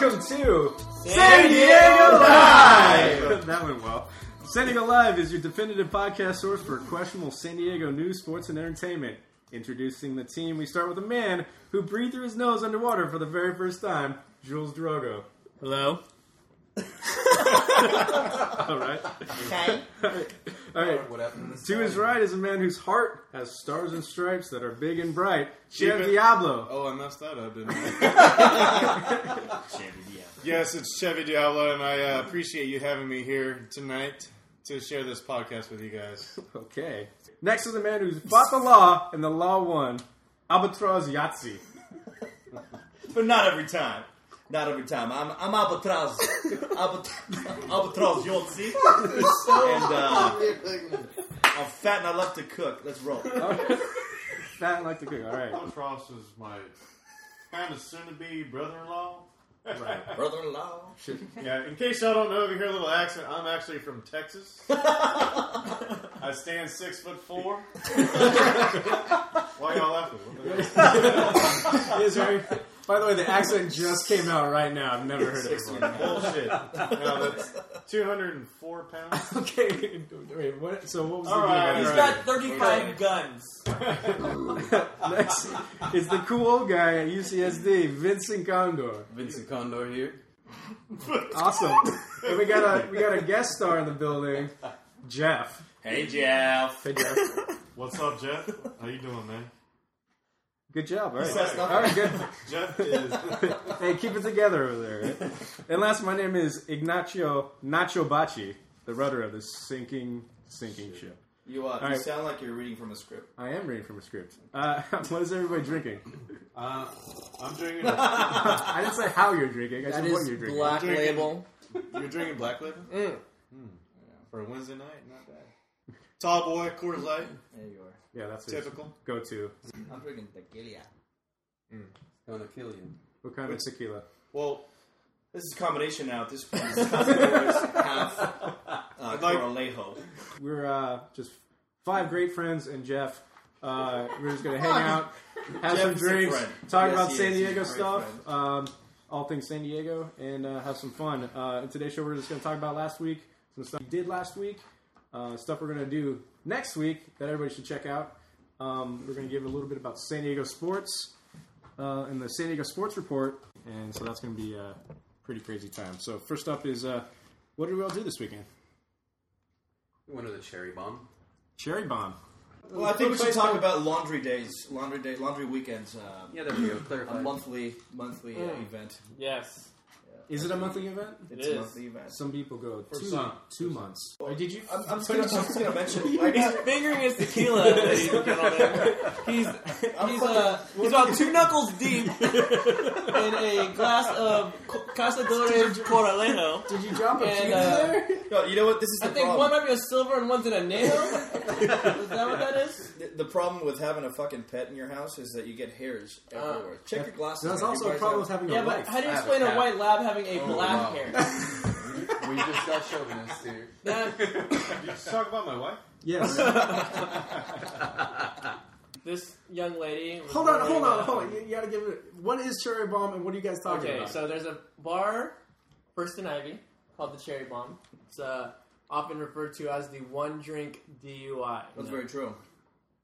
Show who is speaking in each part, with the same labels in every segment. Speaker 1: to San Diego Live. that went well. San Diego Live is your definitive podcast source for questionable San Diego news, sports, and entertainment. Introducing the team, we start with a man who breathed through his nose underwater for the very first time, Jules Drogo.
Speaker 2: Hello.
Speaker 1: All right.
Speaker 3: Okay.
Speaker 1: All right.
Speaker 4: What happened this
Speaker 1: To
Speaker 4: time?
Speaker 1: his right is a man whose heart has stars and stripes that are big and bright, Jeff
Speaker 5: Keep it.
Speaker 1: Diablo.
Speaker 5: Oh, I messed that up, didn't I? yes, it's Chevy Diablo, and I uh, appreciate you having me here tonight to share this podcast with you guys.
Speaker 1: Okay. Next is a man who's fought the law and the law won, Albatross Yahtzee.
Speaker 3: But not every time. Not every time. I'm I'm albatross. Albat- albatross Yahtzee. and uh, I'm fat and I love to cook. Let's roll.
Speaker 1: Fat like the cook. All right.
Speaker 5: Cross is my kind of soon to be brother in law.
Speaker 3: Brother-in-law.
Speaker 5: Yeah, in case y'all don't know, if you hear a little accent, I'm actually from Texas. I stand six foot four. Why y'all laughing?
Speaker 1: Is there- by the way, the accent just came out right now. I've never heard it before.
Speaker 5: Bullshit. No, that's 204 pounds.
Speaker 1: Okay. Wait, what, so what was
Speaker 5: All
Speaker 1: the deal?
Speaker 5: right,
Speaker 1: All
Speaker 5: he's
Speaker 1: right.
Speaker 6: got 35 guns.
Speaker 1: Next is the cool old guy at UCSD, Vincent Condor.
Speaker 4: Vincent Condor here.
Speaker 1: Awesome. and we got a we got a guest star in the building, Jeff.
Speaker 4: Hey, Jeff.
Speaker 1: Hey Jeff.
Speaker 5: What's up, Jeff? How you doing, man?
Speaker 1: Good job. All right.
Speaker 3: says nothing.
Speaker 1: All right. Good.
Speaker 5: Jeff is
Speaker 1: Hey, keep it together over there.
Speaker 3: uh,
Speaker 1: right? And last, my name is Ignacio Nacho Bacci, the rudder of the sinking sinking ship.
Speaker 3: You uh, you
Speaker 1: right.
Speaker 3: sound like you're reading from a script.
Speaker 1: I am reading from a script. Uh, what is everybody drinking?
Speaker 5: Uh, I'm drinking. A,
Speaker 1: I didn't say how you're drinking. I
Speaker 6: That
Speaker 1: said what
Speaker 6: is
Speaker 1: you're drinking.
Speaker 6: black
Speaker 5: Drinking.
Speaker 6: label.
Speaker 5: you're drinking Black Label Hmm. Yeah, for a Wednesday night, not bad. Tall boy, Coors Light,
Speaker 6: There you are.
Speaker 1: Yeah, that's his
Speaker 5: typical.
Speaker 1: go-to.
Speaker 6: I'm drinking tequila.
Speaker 4: Gonna kill you.
Speaker 1: What kind of tequila?
Speaker 5: Well,
Speaker 3: This is a combination now. At this point, it's half uh,
Speaker 5: like-
Speaker 3: Coralejo.
Speaker 1: We're uh, just five great friends and Jeff. Uh, we're just gonna hang out, have some
Speaker 3: Jeff's a
Speaker 1: drinks,
Speaker 3: friend.
Speaker 1: talk
Speaker 3: Yes,
Speaker 1: about
Speaker 3: he
Speaker 1: San
Speaker 3: is. He's a
Speaker 1: Diego
Speaker 3: great
Speaker 1: stuff,
Speaker 3: friend.
Speaker 1: um, all things San Diego, and uh, have some fun. Uh, in today's show, we're just gonna talk about last week, some stuff we did last week, uh, stuff we're gonna do next week that everybody should check out. Um, we're gonna give a little bit about San Diego sports uh, in the San Diego Sports Report, and so that's gonna be a pretty crazy time. So first up is uh, what did we all do this weekend?
Speaker 4: You wanted a cherry bomb?
Speaker 1: Cherry bomb.
Speaker 3: Well, I think we should talk about laundry days, laundry day, laundry weekends. Uh,
Speaker 4: Yeah, there we go.
Speaker 3: A
Speaker 4: Clarify.
Speaker 3: monthly monthly uh,
Speaker 6: Mm.
Speaker 3: event.
Speaker 6: Yes.
Speaker 1: Is it a monthly event?
Speaker 3: It's a
Speaker 6: is.
Speaker 3: monthly event.
Speaker 1: Some people go two,
Speaker 5: some.
Speaker 1: two months. Or did you?
Speaker 3: I'm, I'm just gonna, I'm just gonna mention. I guess,
Speaker 6: Fingering his tequila, ladies and gentlemen. He's he's, uh, he's about two knuckles deep in a glass of Co- Cazadores Coralejo.
Speaker 1: Did you drop a
Speaker 6: And,
Speaker 1: few
Speaker 6: uh,
Speaker 1: there?
Speaker 3: no, you know what? This is the
Speaker 6: I think
Speaker 3: problem.
Speaker 6: one might be a silver and one's in a nail. Is that what that is?
Speaker 3: The- The problem with having a fucking pet in your house is that you get hairs everywhere. Check your glasses.
Speaker 1: That's
Speaker 3: man.
Speaker 1: also
Speaker 3: You
Speaker 1: a
Speaker 3: guys
Speaker 1: problem with
Speaker 3: have-
Speaker 1: having
Speaker 6: Yeah,
Speaker 1: a
Speaker 6: but
Speaker 1: wife.
Speaker 6: how do you
Speaker 4: I have a
Speaker 6: explain a
Speaker 4: cat.
Speaker 6: white lab having
Speaker 1: Oh,
Speaker 6: a black
Speaker 4: wow.
Speaker 6: hair?
Speaker 4: we just got chauvinist here.
Speaker 6: That
Speaker 5: did you just talk about my wife?
Speaker 1: yes.
Speaker 6: this young lady. was
Speaker 1: hold on,
Speaker 6: wearing,
Speaker 1: hold
Speaker 6: uh,
Speaker 1: on, hold on. You, you gotta give it. What is cherry bomb, and what are you guys talking
Speaker 6: Okay,
Speaker 1: about?
Speaker 6: so there's a bar, First and Ivy, called the Cherry Bomb. It's uh, often referred to as the one drink DUI
Speaker 3: That's very true.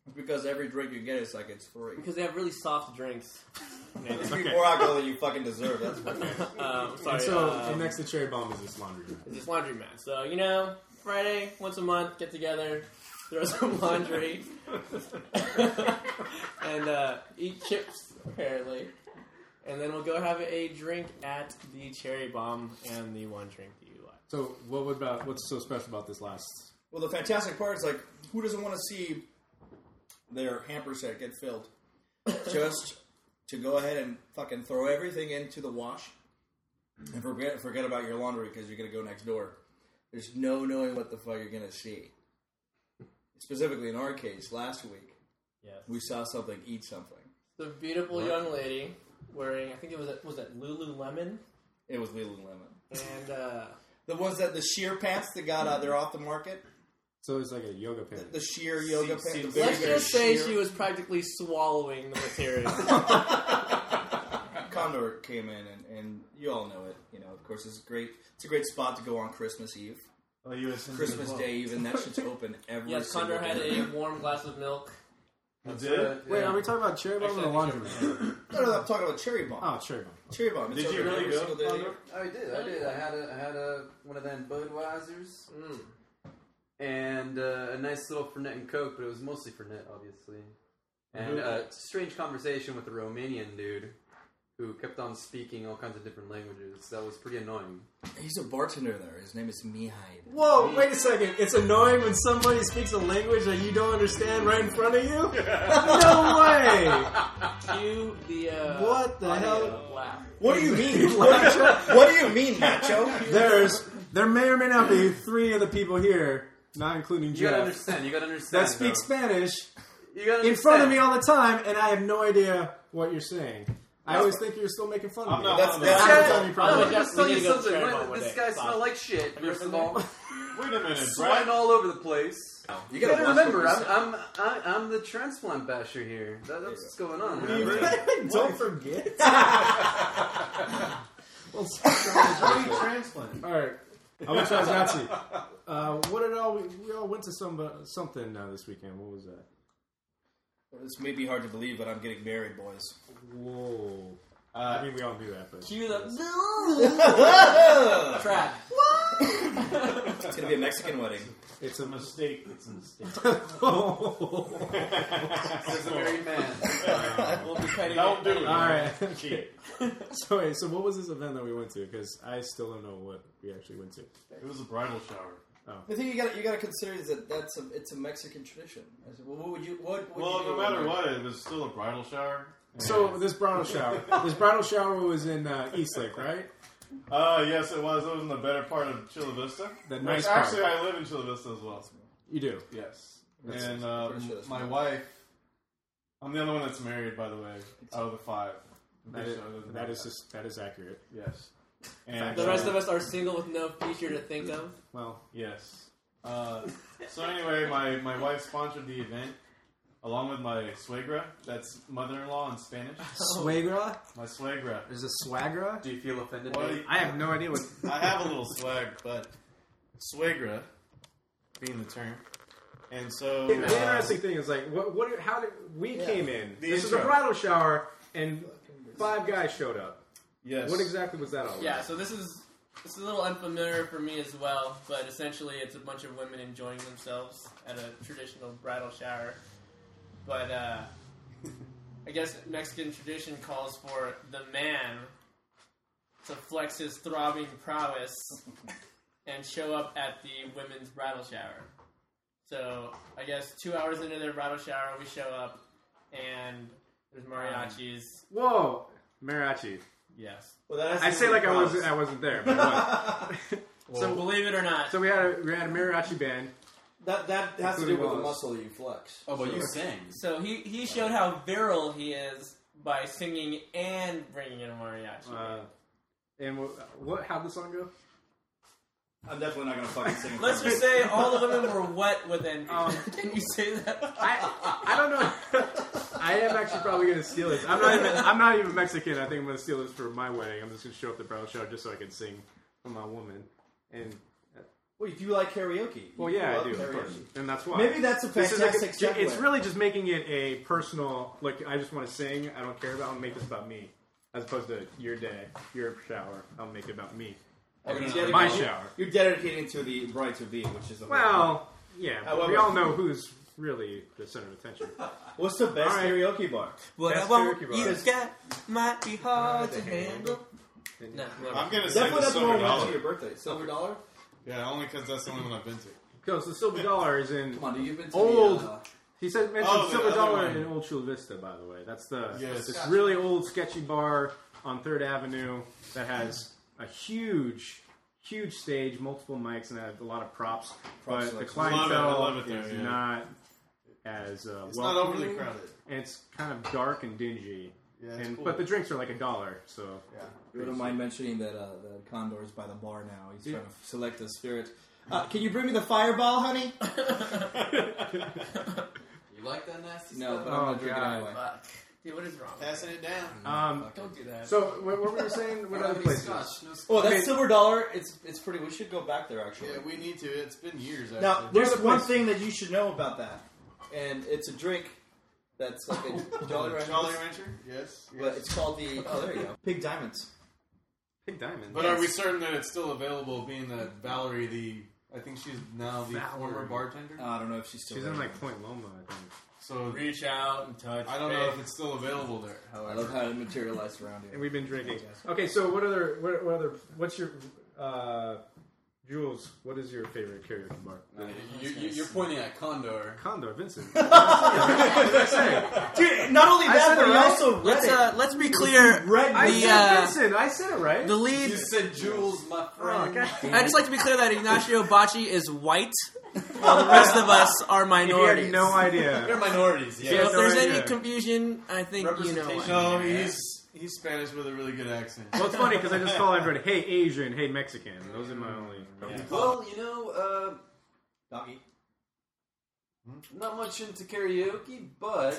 Speaker 3: It's because every drink you get is like it's free.
Speaker 6: because they have really soft drinks.
Speaker 3: It's more alcohol than you fucking deserve. That's what
Speaker 6: Um, sorry,
Speaker 1: and so
Speaker 6: uh,
Speaker 1: and next to cherry bomb is this laundry. mat.
Speaker 6: it's this laundry mat. So you know, Friday once a month, get together, throw some laundry, and uh, eat chips apparently. And then we'll go have a drink at the Cherry Bomb and the one drink DUI.
Speaker 1: So what would about what's so special about this last?
Speaker 3: Well, the fantastic part is like, who doesn't want to see their hamper set get filled? Just to go ahead and fucking throw everything into the wash and forget forget about your laundry because you're gonna go next door. There's no knowing what the fuck you're gonna see. Specifically, in our case, last week
Speaker 6: Yes.
Speaker 3: we saw something eat something.
Speaker 6: The beautiful young lady wearing, I think it was was it Lululemon,
Speaker 3: It was Lululemon.
Speaker 6: and uh,
Speaker 3: The ones that the sheer pants that got out, they're off the market.
Speaker 1: So it's like a yoga pant.
Speaker 3: The sheer yoga pants.
Speaker 5: see,
Speaker 3: the
Speaker 5: see,
Speaker 3: very,
Speaker 6: let's
Speaker 3: very
Speaker 6: just say
Speaker 3: sheer-
Speaker 6: she was practically swallowing the material.
Speaker 3: Condor came in, and, and you all know it. You know, of course, it's great. It's a great spot to go on Christmas Eve,
Speaker 5: Oh, you listened to
Speaker 3: Christmas
Speaker 5: the-
Speaker 3: Day Eve, and that shit's open every.
Speaker 6: Yes, Condor
Speaker 3: single
Speaker 6: had
Speaker 3: day.
Speaker 6: a warm glass of milk.
Speaker 5: You
Speaker 4: uh,
Speaker 5: did?
Speaker 1: Wait, are we talking about cherry bomb
Speaker 6: Actually,
Speaker 1: or the
Speaker 6: I
Speaker 1: laundry?
Speaker 6: think
Speaker 1: room?
Speaker 3: No, no, I'm talking about cherry bomb.
Speaker 1: Oh, cherry bomb.
Speaker 3: Cherry bomb. It's
Speaker 5: Did you
Speaker 3: open
Speaker 5: really
Speaker 3: every
Speaker 5: go,
Speaker 3: single day of the
Speaker 5: Condor?
Speaker 3: year.
Speaker 4: Oh, I did. I did. I had a I had a one of them Budweisers
Speaker 6: Mm.
Speaker 4: and uh, a nice little Fernet and Coke, but it was mostly Fernet, obviously.
Speaker 1: Mm-hmm.
Speaker 4: And a uh, strange conversation with a Romanian dude who kept on speaking all kinds of different languages. That was pretty annoying.
Speaker 3: He's a bartender there. His name is Mihai.
Speaker 1: Whoa, wait a second. It's annoying when somebody speaks a language that you don't understand right in front of you? No way!
Speaker 6: Cue the uh,
Speaker 1: What the
Speaker 6: audio
Speaker 1: hell?
Speaker 6: Laugh.
Speaker 3: What do you mean? what, do you, what do you mean, Nacho?
Speaker 1: There's, there may or may not be three of the people here, not including
Speaker 4: You gotta
Speaker 1: Jeff,
Speaker 4: understand. You gotta understand.
Speaker 1: that speak
Speaker 4: though.
Speaker 1: Spanish
Speaker 4: You gotta
Speaker 1: in front of
Speaker 4: understand.
Speaker 1: me all the time, and I have no idea what you're saying. I always think you're still making fun of
Speaker 5: I'm
Speaker 1: me.
Speaker 5: not
Speaker 3: That's-
Speaker 5: one of
Speaker 3: that's-
Speaker 1: Half
Speaker 5: those.
Speaker 1: the
Speaker 4: Shut
Speaker 1: time you
Speaker 4: up.
Speaker 1: probably-
Speaker 4: I'll just tell
Speaker 6: We
Speaker 4: you
Speaker 6: need to go
Speaker 4: something.
Speaker 6: to Cherry
Speaker 4: What-
Speaker 6: Bomb one
Speaker 4: This
Speaker 6: day.
Speaker 4: guy
Speaker 6: Stop.
Speaker 4: smelled like shit. First of all,
Speaker 5: Wait a minute,
Speaker 4: sweating
Speaker 5: Brad.
Speaker 4: all over the place.
Speaker 3: You
Speaker 4: You gotta
Speaker 3: watch
Speaker 4: remember,
Speaker 3: what
Speaker 4: I'm
Speaker 3: you say.
Speaker 4: I'm I- I'm the transplant basher here. That, that's what's going on. remember?
Speaker 1: Don't forget. well,
Speaker 5: How do you transplant?
Speaker 1: All right. I wish I was Nazi. Uh, what did all we, we all went to some something uh, this weekend? What was that?
Speaker 3: This may be hard to believe, but I'm getting married, boys.
Speaker 1: Whoa! I
Speaker 5: Uh,
Speaker 1: mean, we all knew that, but
Speaker 6: Cue the track.
Speaker 3: It's gonna be a Mexican wedding.
Speaker 1: it's
Speaker 5: it's a
Speaker 1: a. Oh.
Speaker 5: mistake. It's a mistake.
Speaker 1: all
Speaker 4: There's a married man.
Speaker 6: We'll be cutting
Speaker 5: Don't do it.
Speaker 1: right.
Speaker 5: Shit.
Speaker 1: So wait, so what was this event that we went to? Because I still don't know what we actually went to.
Speaker 5: It was a bridal shower.
Speaker 3: The thing you got to you got to consider is that that's a it's a Mexican tradition. I said, well, what would you what? Would
Speaker 5: Well,
Speaker 3: you
Speaker 5: no
Speaker 3: do
Speaker 5: matter
Speaker 3: when-
Speaker 5: what, it was still a bridal shower.
Speaker 1: So this bridal shower, this bridal shower was in uh, Eastlake, right?
Speaker 5: Uh, yes, it was. It was in the better part of Chula Vista.
Speaker 1: The
Speaker 5: Which
Speaker 1: nice part.
Speaker 5: actually, I live in Chula Vista as well.
Speaker 1: You do.
Speaker 5: Yes.
Speaker 3: That's-
Speaker 5: and uh,
Speaker 3: pretty sure that's
Speaker 5: my
Speaker 3: mine.
Speaker 5: wife. I'm the only one that's married, by the way, out of the five. I'm
Speaker 1: That
Speaker 5: pretty
Speaker 1: is,
Speaker 5: sure other than
Speaker 1: that is just that is accurate.
Speaker 5: yes. And
Speaker 6: The rest
Speaker 5: uh,
Speaker 6: of us are single with no future to think of.
Speaker 1: Well,
Speaker 5: Yes. Uh, so anyway, my, my wife sponsored the event along with my suegra. That's mother-in-law in Spanish.
Speaker 1: Oh. swagra
Speaker 5: My suegra.
Speaker 1: There's a swagra.
Speaker 4: Do you feel offended?
Speaker 5: Well,
Speaker 4: Nate?
Speaker 1: I have no idea what.
Speaker 5: I have a little swag, but suegra being the term. And so
Speaker 1: The
Speaker 5: uh,
Speaker 1: interesting thing is like what what how did we came in?
Speaker 5: The
Speaker 1: this is a
Speaker 5: intro.
Speaker 1: bridal shower and five guys showed up.
Speaker 5: yes.
Speaker 1: What exactly was that all? about?
Speaker 6: Yeah, so this is this is a little unfamiliar for me as well, but essentially it's a bunch of women enjoying themselves at a traditional bridal shower. But uh, I guess Mexican tradition calls for the man to flex his throbbing prowess and show up at the women's bridal shower. So I guess two hours into their bridal shower, we show up and there's mariachis.
Speaker 1: Whoa, Mariachi.
Speaker 6: Yes.
Speaker 3: Well, that's
Speaker 1: I say like I wasn't I wasn't there. But I was.
Speaker 6: So
Speaker 1: so
Speaker 6: believe it or not,
Speaker 1: so we had a we had a mariachi band.
Speaker 3: that that has to
Speaker 1: Including
Speaker 3: do with the
Speaker 1: walls.
Speaker 3: muscle you flex.
Speaker 4: oh, but you sang.
Speaker 6: So he, he showed how virile he is by singing and bringing in a mariachi.
Speaker 1: Uh, and what, what how'd the song go?
Speaker 3: I'm definitely not gonna fucking sing. in
Speaker 6: Let's
Speaker 3: front
Speaker 6: just
Speaker 3: of you.
Speaker 6: say all the women were wet with envy.
Speaker 1: Um,
Speaker 6: Can you say that?
Speaker 1: I I don't know. I am actually probably gonna steal this. I'm not even I'm not even Mexican. I think I'm gonna steal this for my wedding. I'm just gonna show up the bridal shower just so I can sing for my woman. And
Speaker 3: Wait, do you like karaoke? You
Speaker 1: well, yeah, I
Speaker 3: love
Speaker 1: do, of
Speaker 3: karaoke.
Speaker 1: course. And that's why.
Speaker 3: Maybe that's a
Speaker 1: This is
Speaker 3: fantastic.
Speaker 1: like a, it's
Speaker 3: segue.
Speaker 1: really just making it a personal. Look, I just want to sing. I don't care about. I'll make this about me, as opposed to your day, your shower. I'll make it about me.
Speaker 3: You're
Speaker 6: It's
Speaker 3: dedicating-
Speaker 1: my shower.
Speaker 3: You're dedicating to the bride to be, which is the
Speaker 1: Well, yeah. but we
Speaker 3: However-
Speaker 1: all know who's really the center of attention.
Speaker 3: What's the best
Speaker 1: All right.
Speaker 3: karaoke bar?
Speaker 6: What
Speaker 1: That's I want, karaoke you bar.
Speaker 6: got might be hard
Speaker 1: to handle.
Speaker 6: No,
Speaker 5: I'm
Speaker 6: no.
Speaker 5: gonna say
Speaker 3: Definitely
Speaker 5: the
Speaker 3: that's the one
Speaker 5: silver
Speaker 3: we went to your
Speaker 5: dollar.
Speaker 3: birthday. Silver dollar.
Speaker 5: Yeah, only because that's the only one I've been to.
Speaker 1: Because the silver dollar is in.
Speaker 3: Come on, dude, you've been to
Speaker 1: Old.
Speaker 3: The, uh,
Speaker 1: He said mentioned
Speaker 5: Oh, the
Speaker 1: silver
Speaker 5: other
Speaker 1: dollar
Speaker 5: one.
Speaker 1: in Old Chula Vista. By the way, that's the
Speaker 5: Yes.
Speaker 1: this really old sketchy bar on Third Avenue that has a huge. Huge stage, multiple mics, and a lot of props.
Speaker 3: Props
Speaker 1: but the
Speaker 3: selection.
Speaker 5: Love it, I
Speaker 1: clientele
Speaker 5: love it there,
Speaker 1: is
Speaker 5: yeah.
Speaker 1: not as uh,
Speaker 5: It's not
Speaker 1: welcoming,
Speaker 5: overly crowded.
Speaker 1: and it's kind of dark and dingy.
Speaker 5: Yeah, it's
Speaker 1: and,
Speaker 5: cool.
Speaker 1: But the drinks are like a dollar, so
Speaker 5: Yeah.
Speaker 3: You wouldn't mind mentioning that uh, the condor is by the bar now. He's
Speaker 1: Yeah.
Speaker 3: trying to select the spirit. Uh, can you bring me the fireball, honey?
Speaker 4: You like that nasty
Speaker 3: No,
Speaker 4: stuff?
Speaker 3: but I'm
Speaker 1: Oh,
Speaker 3: gonna drink it
Speaker 1: God.
Speaker 3: anyway.
Speaker 6: Fuck. Dude, what is wrong? with
Speaker 5: Passing
Speaker 6: you?
Speaker 5: it down.
Speaker 1: Um,
Speaker 6: Don't do that.
Speaker 1: so what, what were you saying? What
Speaker 4: don't
Speaker 1: other
Speaker 4: have any
Speaker 1: places?
Speaker 4: scotch. No scotch.
Speaker 3: Oh, that
Speaker 1: Okay.
Speaker 3: silver dollar. It's it's pretty. We should go back there actually.
Speaker 5: Yeah, we need to. It's been years. Actually.
Speaker 3: Now, there's
Speaker 1: Another
Speaker 3: one
Speaker 1: place-
Speaker 3: thing that you should know about that, and it's a drink that's like a Jolly Rancher,
Speaker 5: Jolly Rancher. Yes.
Speaker 3: but
Speaker 5: yes.
Speaker 3: it's called the oh there you go Pig Diamonds.
Speaker 1: Pink diamond.
Speaker 5: But uh, are we certain that it's still available? Being that Valerie, the I think she's now the former
Speaker 1: Valerie.
Speaker 5: bartender.
Speaker 3: Uh, I don't know if she's still.
Speaker 1: She's
Speaker 3: there.
Speaker 1: in like Point Loma, I think.
Speaker 5: So
Speaker 6: reach out and touch.
Speaker 5: I don't know if
Speaker 6: faith.
Speaker 5: it's still available there.
Speaker 3: I
Speaker 5: However,
Speaker 3: love how it materialized around
Speaker 1: And
Speaker 3: here.
Speaker 1: we've been drinking. Okay, so what other? What, what other? What's your? Uh, Jules, what is your favorite karaoke bar?
Speaker 5: Uh,
Speaker 4: You, you, you're pointing at Condor.
Speaker 1: Condor, Vincent. what did I say?
Speaker 3: Dude, not only
Speaker 1: I said
Speaker 3: that, but
Speaker 1: it
Speaker 3: he
Speaker 1: right.
Speaker 3: also read
Speaker 4: Let's,
Speaker 3: it.
Speaker 4: uh, let's be clear.
Speaker 3: Read
Speaker 1: I
Speaker 3: the,
Speaker 1: said
Speaker 4: uh,
Speaker 1: Vincent. I said it right.
Speaker 4: The lead. You said Jules, my
Speaker 1: Oh,
Speaker 4: friend.
Speaker 1: God.
Speaker 2: I'd just like to be clear that Ignacio Bocci is white, while the rest of us are
Speaker 1: He had
Speaker 2: minorities.
Speaker 1: no
Speaker 5: they're
Speaker 1: idea.
Speaker 5: minorities.
Speaker 1: Yeah.
Speaker 5: Yeah.
Speaker 2: So if
Speaker 1: no
Speaker 2: there's any
Speaker 1: idea.
Speaker 2: confusion, I think you know.
Speaker 4: Representation.
Speaker 2: why.
Speaker 5: No,
Speaker 4: Yeah.
Speaker 5: he's he's Spanish with a really good accent.
Speaker 1: Well, it's funny because I just call everybody, "Hey Asian," "Hey Mexican." Those are my only.
Speaker 4: Well, you know, uh,
Speaker 3: Doggy.
Speaker 4: not much into karaoke, but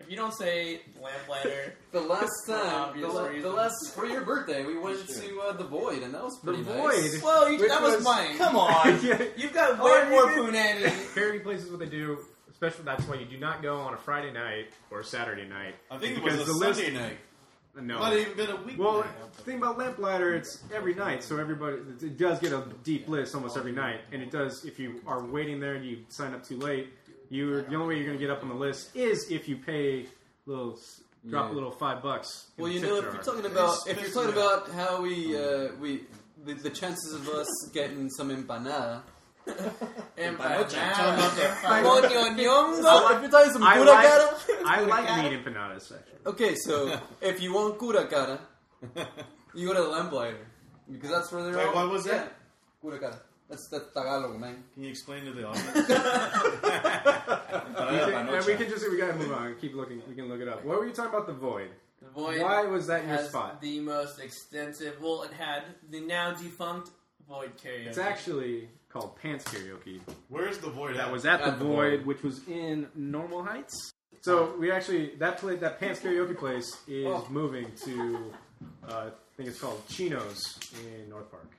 Speaker 6: if you don't say lamplighter,
Speaker 4: the last
Speaker 6: For
Speaker 4: time, the,
Speaker 6: obvious
Speaker 4: la- the
Speaker 6: reasons.
Speaker 4: last for your birthday, we went to uh, the Void, and that was
Speaker 1: The
Speaker 4: pretty nice.
Speaker 1: Void.
Speaker 6: well, you,
Speaker 4: Which
Speaker 6: that was,
Speaker 4: was-
Speaker 6: mine.
Speaker 3: Come on.
Speaker 1: yeah,
Speaker 6: You've got way
Speaker 1: Oh, you
Speaker 6: more
Speaker 1: did.
Speaker 6: punani.
Speaker 1: karaoke places what they do. Especially that's why you do not go on a Friday night or Saturday night.
Speaker 5: I think it was
Speaker 1: because
Speaker 5: a
Speaker 1: the list-
Speaker 5: Sunday night.
Speaker 1: No,
Speaker 5: Not even been a week.
Speaker 1: Well,
Speaker 5: night.
Speaker 1: the thing about Lamplighter, it's every night, so everybody it does get a deep list almost every night, and it does if you are waiting there and you sign up too late. You the only way you're going to get up on the list is if you pay little s- drop
Speaker 4: Yeah.
Speaker 1: a little five bucks. in
Speaker 4: Well,
Speaker 1: the
Speaker 4: you
Speaker 1: tip
Speaker 4: know, if
Speaker 1: jar.
Speaker 4: you're talking about if you're
Speaker 5: It's
Speaker 4: talking
Speaker 5: pissed me
Speaker 4: about how we uh, we the, the chances of us getting some empanada.
Speaker 6: Empanada.
Speaker 4: Well, if you're talking some
Speaker 1: I
Speaker 4: cura
Speaker 1: like-
Speaker 4: cara-
Speaker 1: I like meat empanadas actually.
Speaker 4: Okay, so if you want cura cara, you go to the Lamplighter because that's where they're.
Speaker 5: Wait,
Speaker 4: all-
Speaker 5: what was
Speaker 4: yeah.
Speaker 5: that?
Speaker 4: Cura cara. That's that's Tagalog, man.
Speaker 5: Can you explain to the audience?
Speaker 1: We
Speaker 3: Yeah,
Speaker 1: can-
Speaker 3: I
Speaker 1: yeah, uh,
Speaker 3: know
Speaker 1: we
Speaker 3: China.
Speaker 1: can just we gotta move on. Keep looking. We can look it up. What were you talking about? The void.
Speaker 6: The void
Speaker 1: Why was that your
Speaker 6: has
Speaker 1: spot?
Speaker 6: the most extensive. Well, it had the now defunct void karaoke.
Speaker 1: It's actually called Pants Karaoke.
Speaker 5: Where's the void?
Speaker 1: That
Speaker 5: at?
Speaker 1: was at, the,
Speaker 4: At the
Speaker 1: void,
Speaker 4: Void.
Speaker 1: which was in Normal Heights. So we actually that play that Pants karaoke place is moving to uh, I think it's called Chino's in North Park.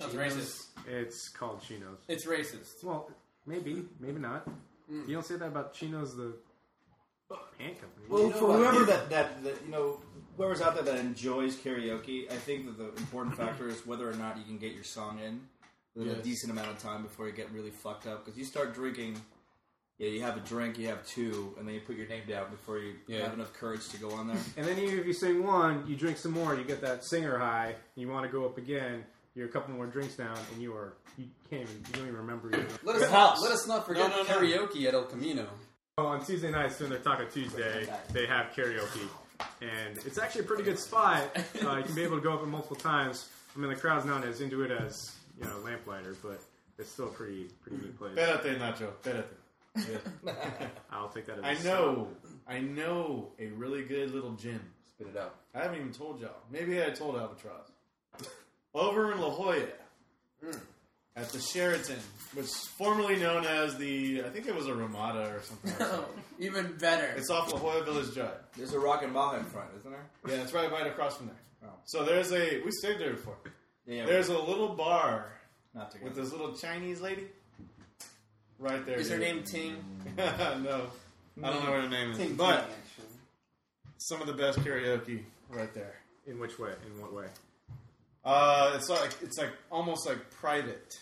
Speaker 6: Sounds racist.
Speaker 1: It's called Chino's.
Speaker 6: It's racist.
Speaker 1: Well, maybe, maybe not. You don't say that about Chino's the pant company.
Speaker 3: Well,
Speaker 4: You know
Speaker 3: for
Speaker 4: what?
Speaker 3: whoever that, that, that you know, whoever's out there that enjoys karaoke, I think that the important factor is whether or not you can get your song in within a
Speaker 5: Yes.
Speaker 3: decent amount of time before you get really fucked up. Because you start drinking, yeah, you have a drink, you have two, and then you put your name down before you
Speaker 4: Yeah.
Speaker 3: have enough courage to go on there.
Speaker 1: and then even if you sing one, you drink some more, you get that singer high. You want to go up again. You're a couple more drinks down, and you are you can't even you don't even remember. Your
Speaker 4: Let us not,
Speaker 3: House.
Speaker 4: let us not forget
Speaker 5: No, no, no.
Speaker 4: karaoke at El Camino.
Speaker 1: Oh, on Tuesday nights during their Taco Tuesday, they have karaoke, and it's actually a pretty good spot. Uh, you can be able to go up it multiple times. I mean, the crowd's not as into it as you know Lamplighter, but it's still a pretty pretty neat place.
Speaker 5: Espérate, Nacho. Espérate.
Speaker 1: I'll take that. As a
Speaker 5: I know, I know a really good little gym.
Speaker 4: Spit it out.
Speaker 5: I haven't even told y'all. Maybe I told Albatross. Over in La Jolla,
Speaker 1: Hmm.
Speaker 5: at the Sheraton, which is formerly known as the, I think it was a Ramada or something. like that.
Speaker 6: Even better.
Speaker 5: it's off La Jolla Village Drive.
Speaker 3: There's a rock and Baja in front, isn't there?
Speaker 5: Yeah, it's right right across from there.
Speaker 3: Oh.
Speaker 5: So there's a, we stayed there before.
Speaker 3: Yeah, yeah,
Speaker 5: There's a little bar
Speaker 3: not to go.
Speaker 5: with this little Chinese lady. Right there.
Speaker 6: Is her
Speaker 5: dude.
Speaker 6: name Ting?
Speaker 5: no. I don't know what her name is. But some of the best karaoke right there.
Speaker 1: In which way? In what way?
Speaker 5: Uh, it's like it's like almost like private.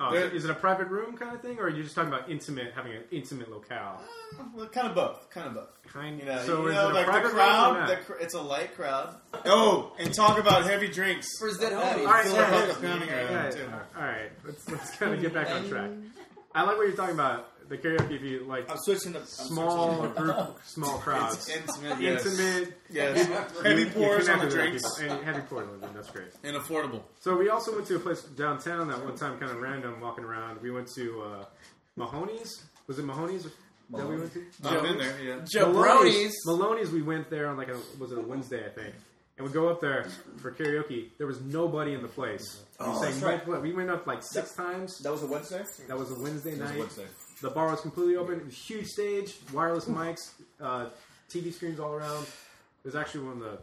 Speaker 1: Oh,
Speaker 5: There-
Speaker 1: is it a private room kind of thing, or are you just talking about intimate, having an intimate locale?
Speaker 5: Well, kind of both. Kind of both.
Speaker 1: Kind.
Speaker 5: You know,
Speaker 1: so
Speaker 5: you
Speaker 1: is
Speaker 5: know,
Speaker 1: it a
Speaker 5: like
Speaker 1: private room?
Speaker 5: the
Speaker 1: Or
Speaker 5: crowd.
Speaker 1: not?
Speaker 5: The cr- it's a light crowd. Oh, and talk about heavy drinks.
Speaker 4: Where's that homie?
Speaker 1: All right,
Speaker 5: Fill
Speaker 1: yeah,
Speaker 5: her
Speaker 1: yeah,
Speaker 5: up with pounding her
Speaker 1: Yeah,
Speaker 5: too.
Speaker 1: all right, let's let's kind of get back on track. I like what you're talking about. The karaoke, if you like
Speaker 3: I'm switching to I'm
Speaker 1: small
Speaker 3: switching to-
Speaker 1: group, small crowds,
Speaker 5: It's intimate. Yes.
Speaker 1: intimate.
Speaker 5: Yes.
Speaker 1: You-
Speaker 5: heavy
Speaker 1: you
Speaker 5: pours
Speaker 1: connect
Speaker 5: on the
Speaker 1: with other
Speaker 5: drinks
Speaker 1: people. And heavy pours on the drinks. That's great.
Speaker 5: and affordable.
Speaker 1: So we also went to a place downtown that one time, kind of random, walking around. We went to uh, Mahoney's. Was it Mahoney's that we went to?
Speaker 5: I've been there. Yeah.
Speaker 1: Maloney's. Maloney's. We went there on like a was it a Wednesday I think, and we go up there for karaoke. There was nobody in the place. We
Speaker 3: Oh,
Speaker 1: sang
Speaker 3: that's right.
Speaker 1: multiple- We went up like six times.
Speaker 3: That was a Wednesday.
Speaker 1: That was a Wednesday
Speaker 3: That was
Speaker 1: night.
Speaker 3: a Wednesday.
Speaker 1: The bar was completely open. It was a huge stage, wireless mics, uh, TV screens all around. It was actually one of the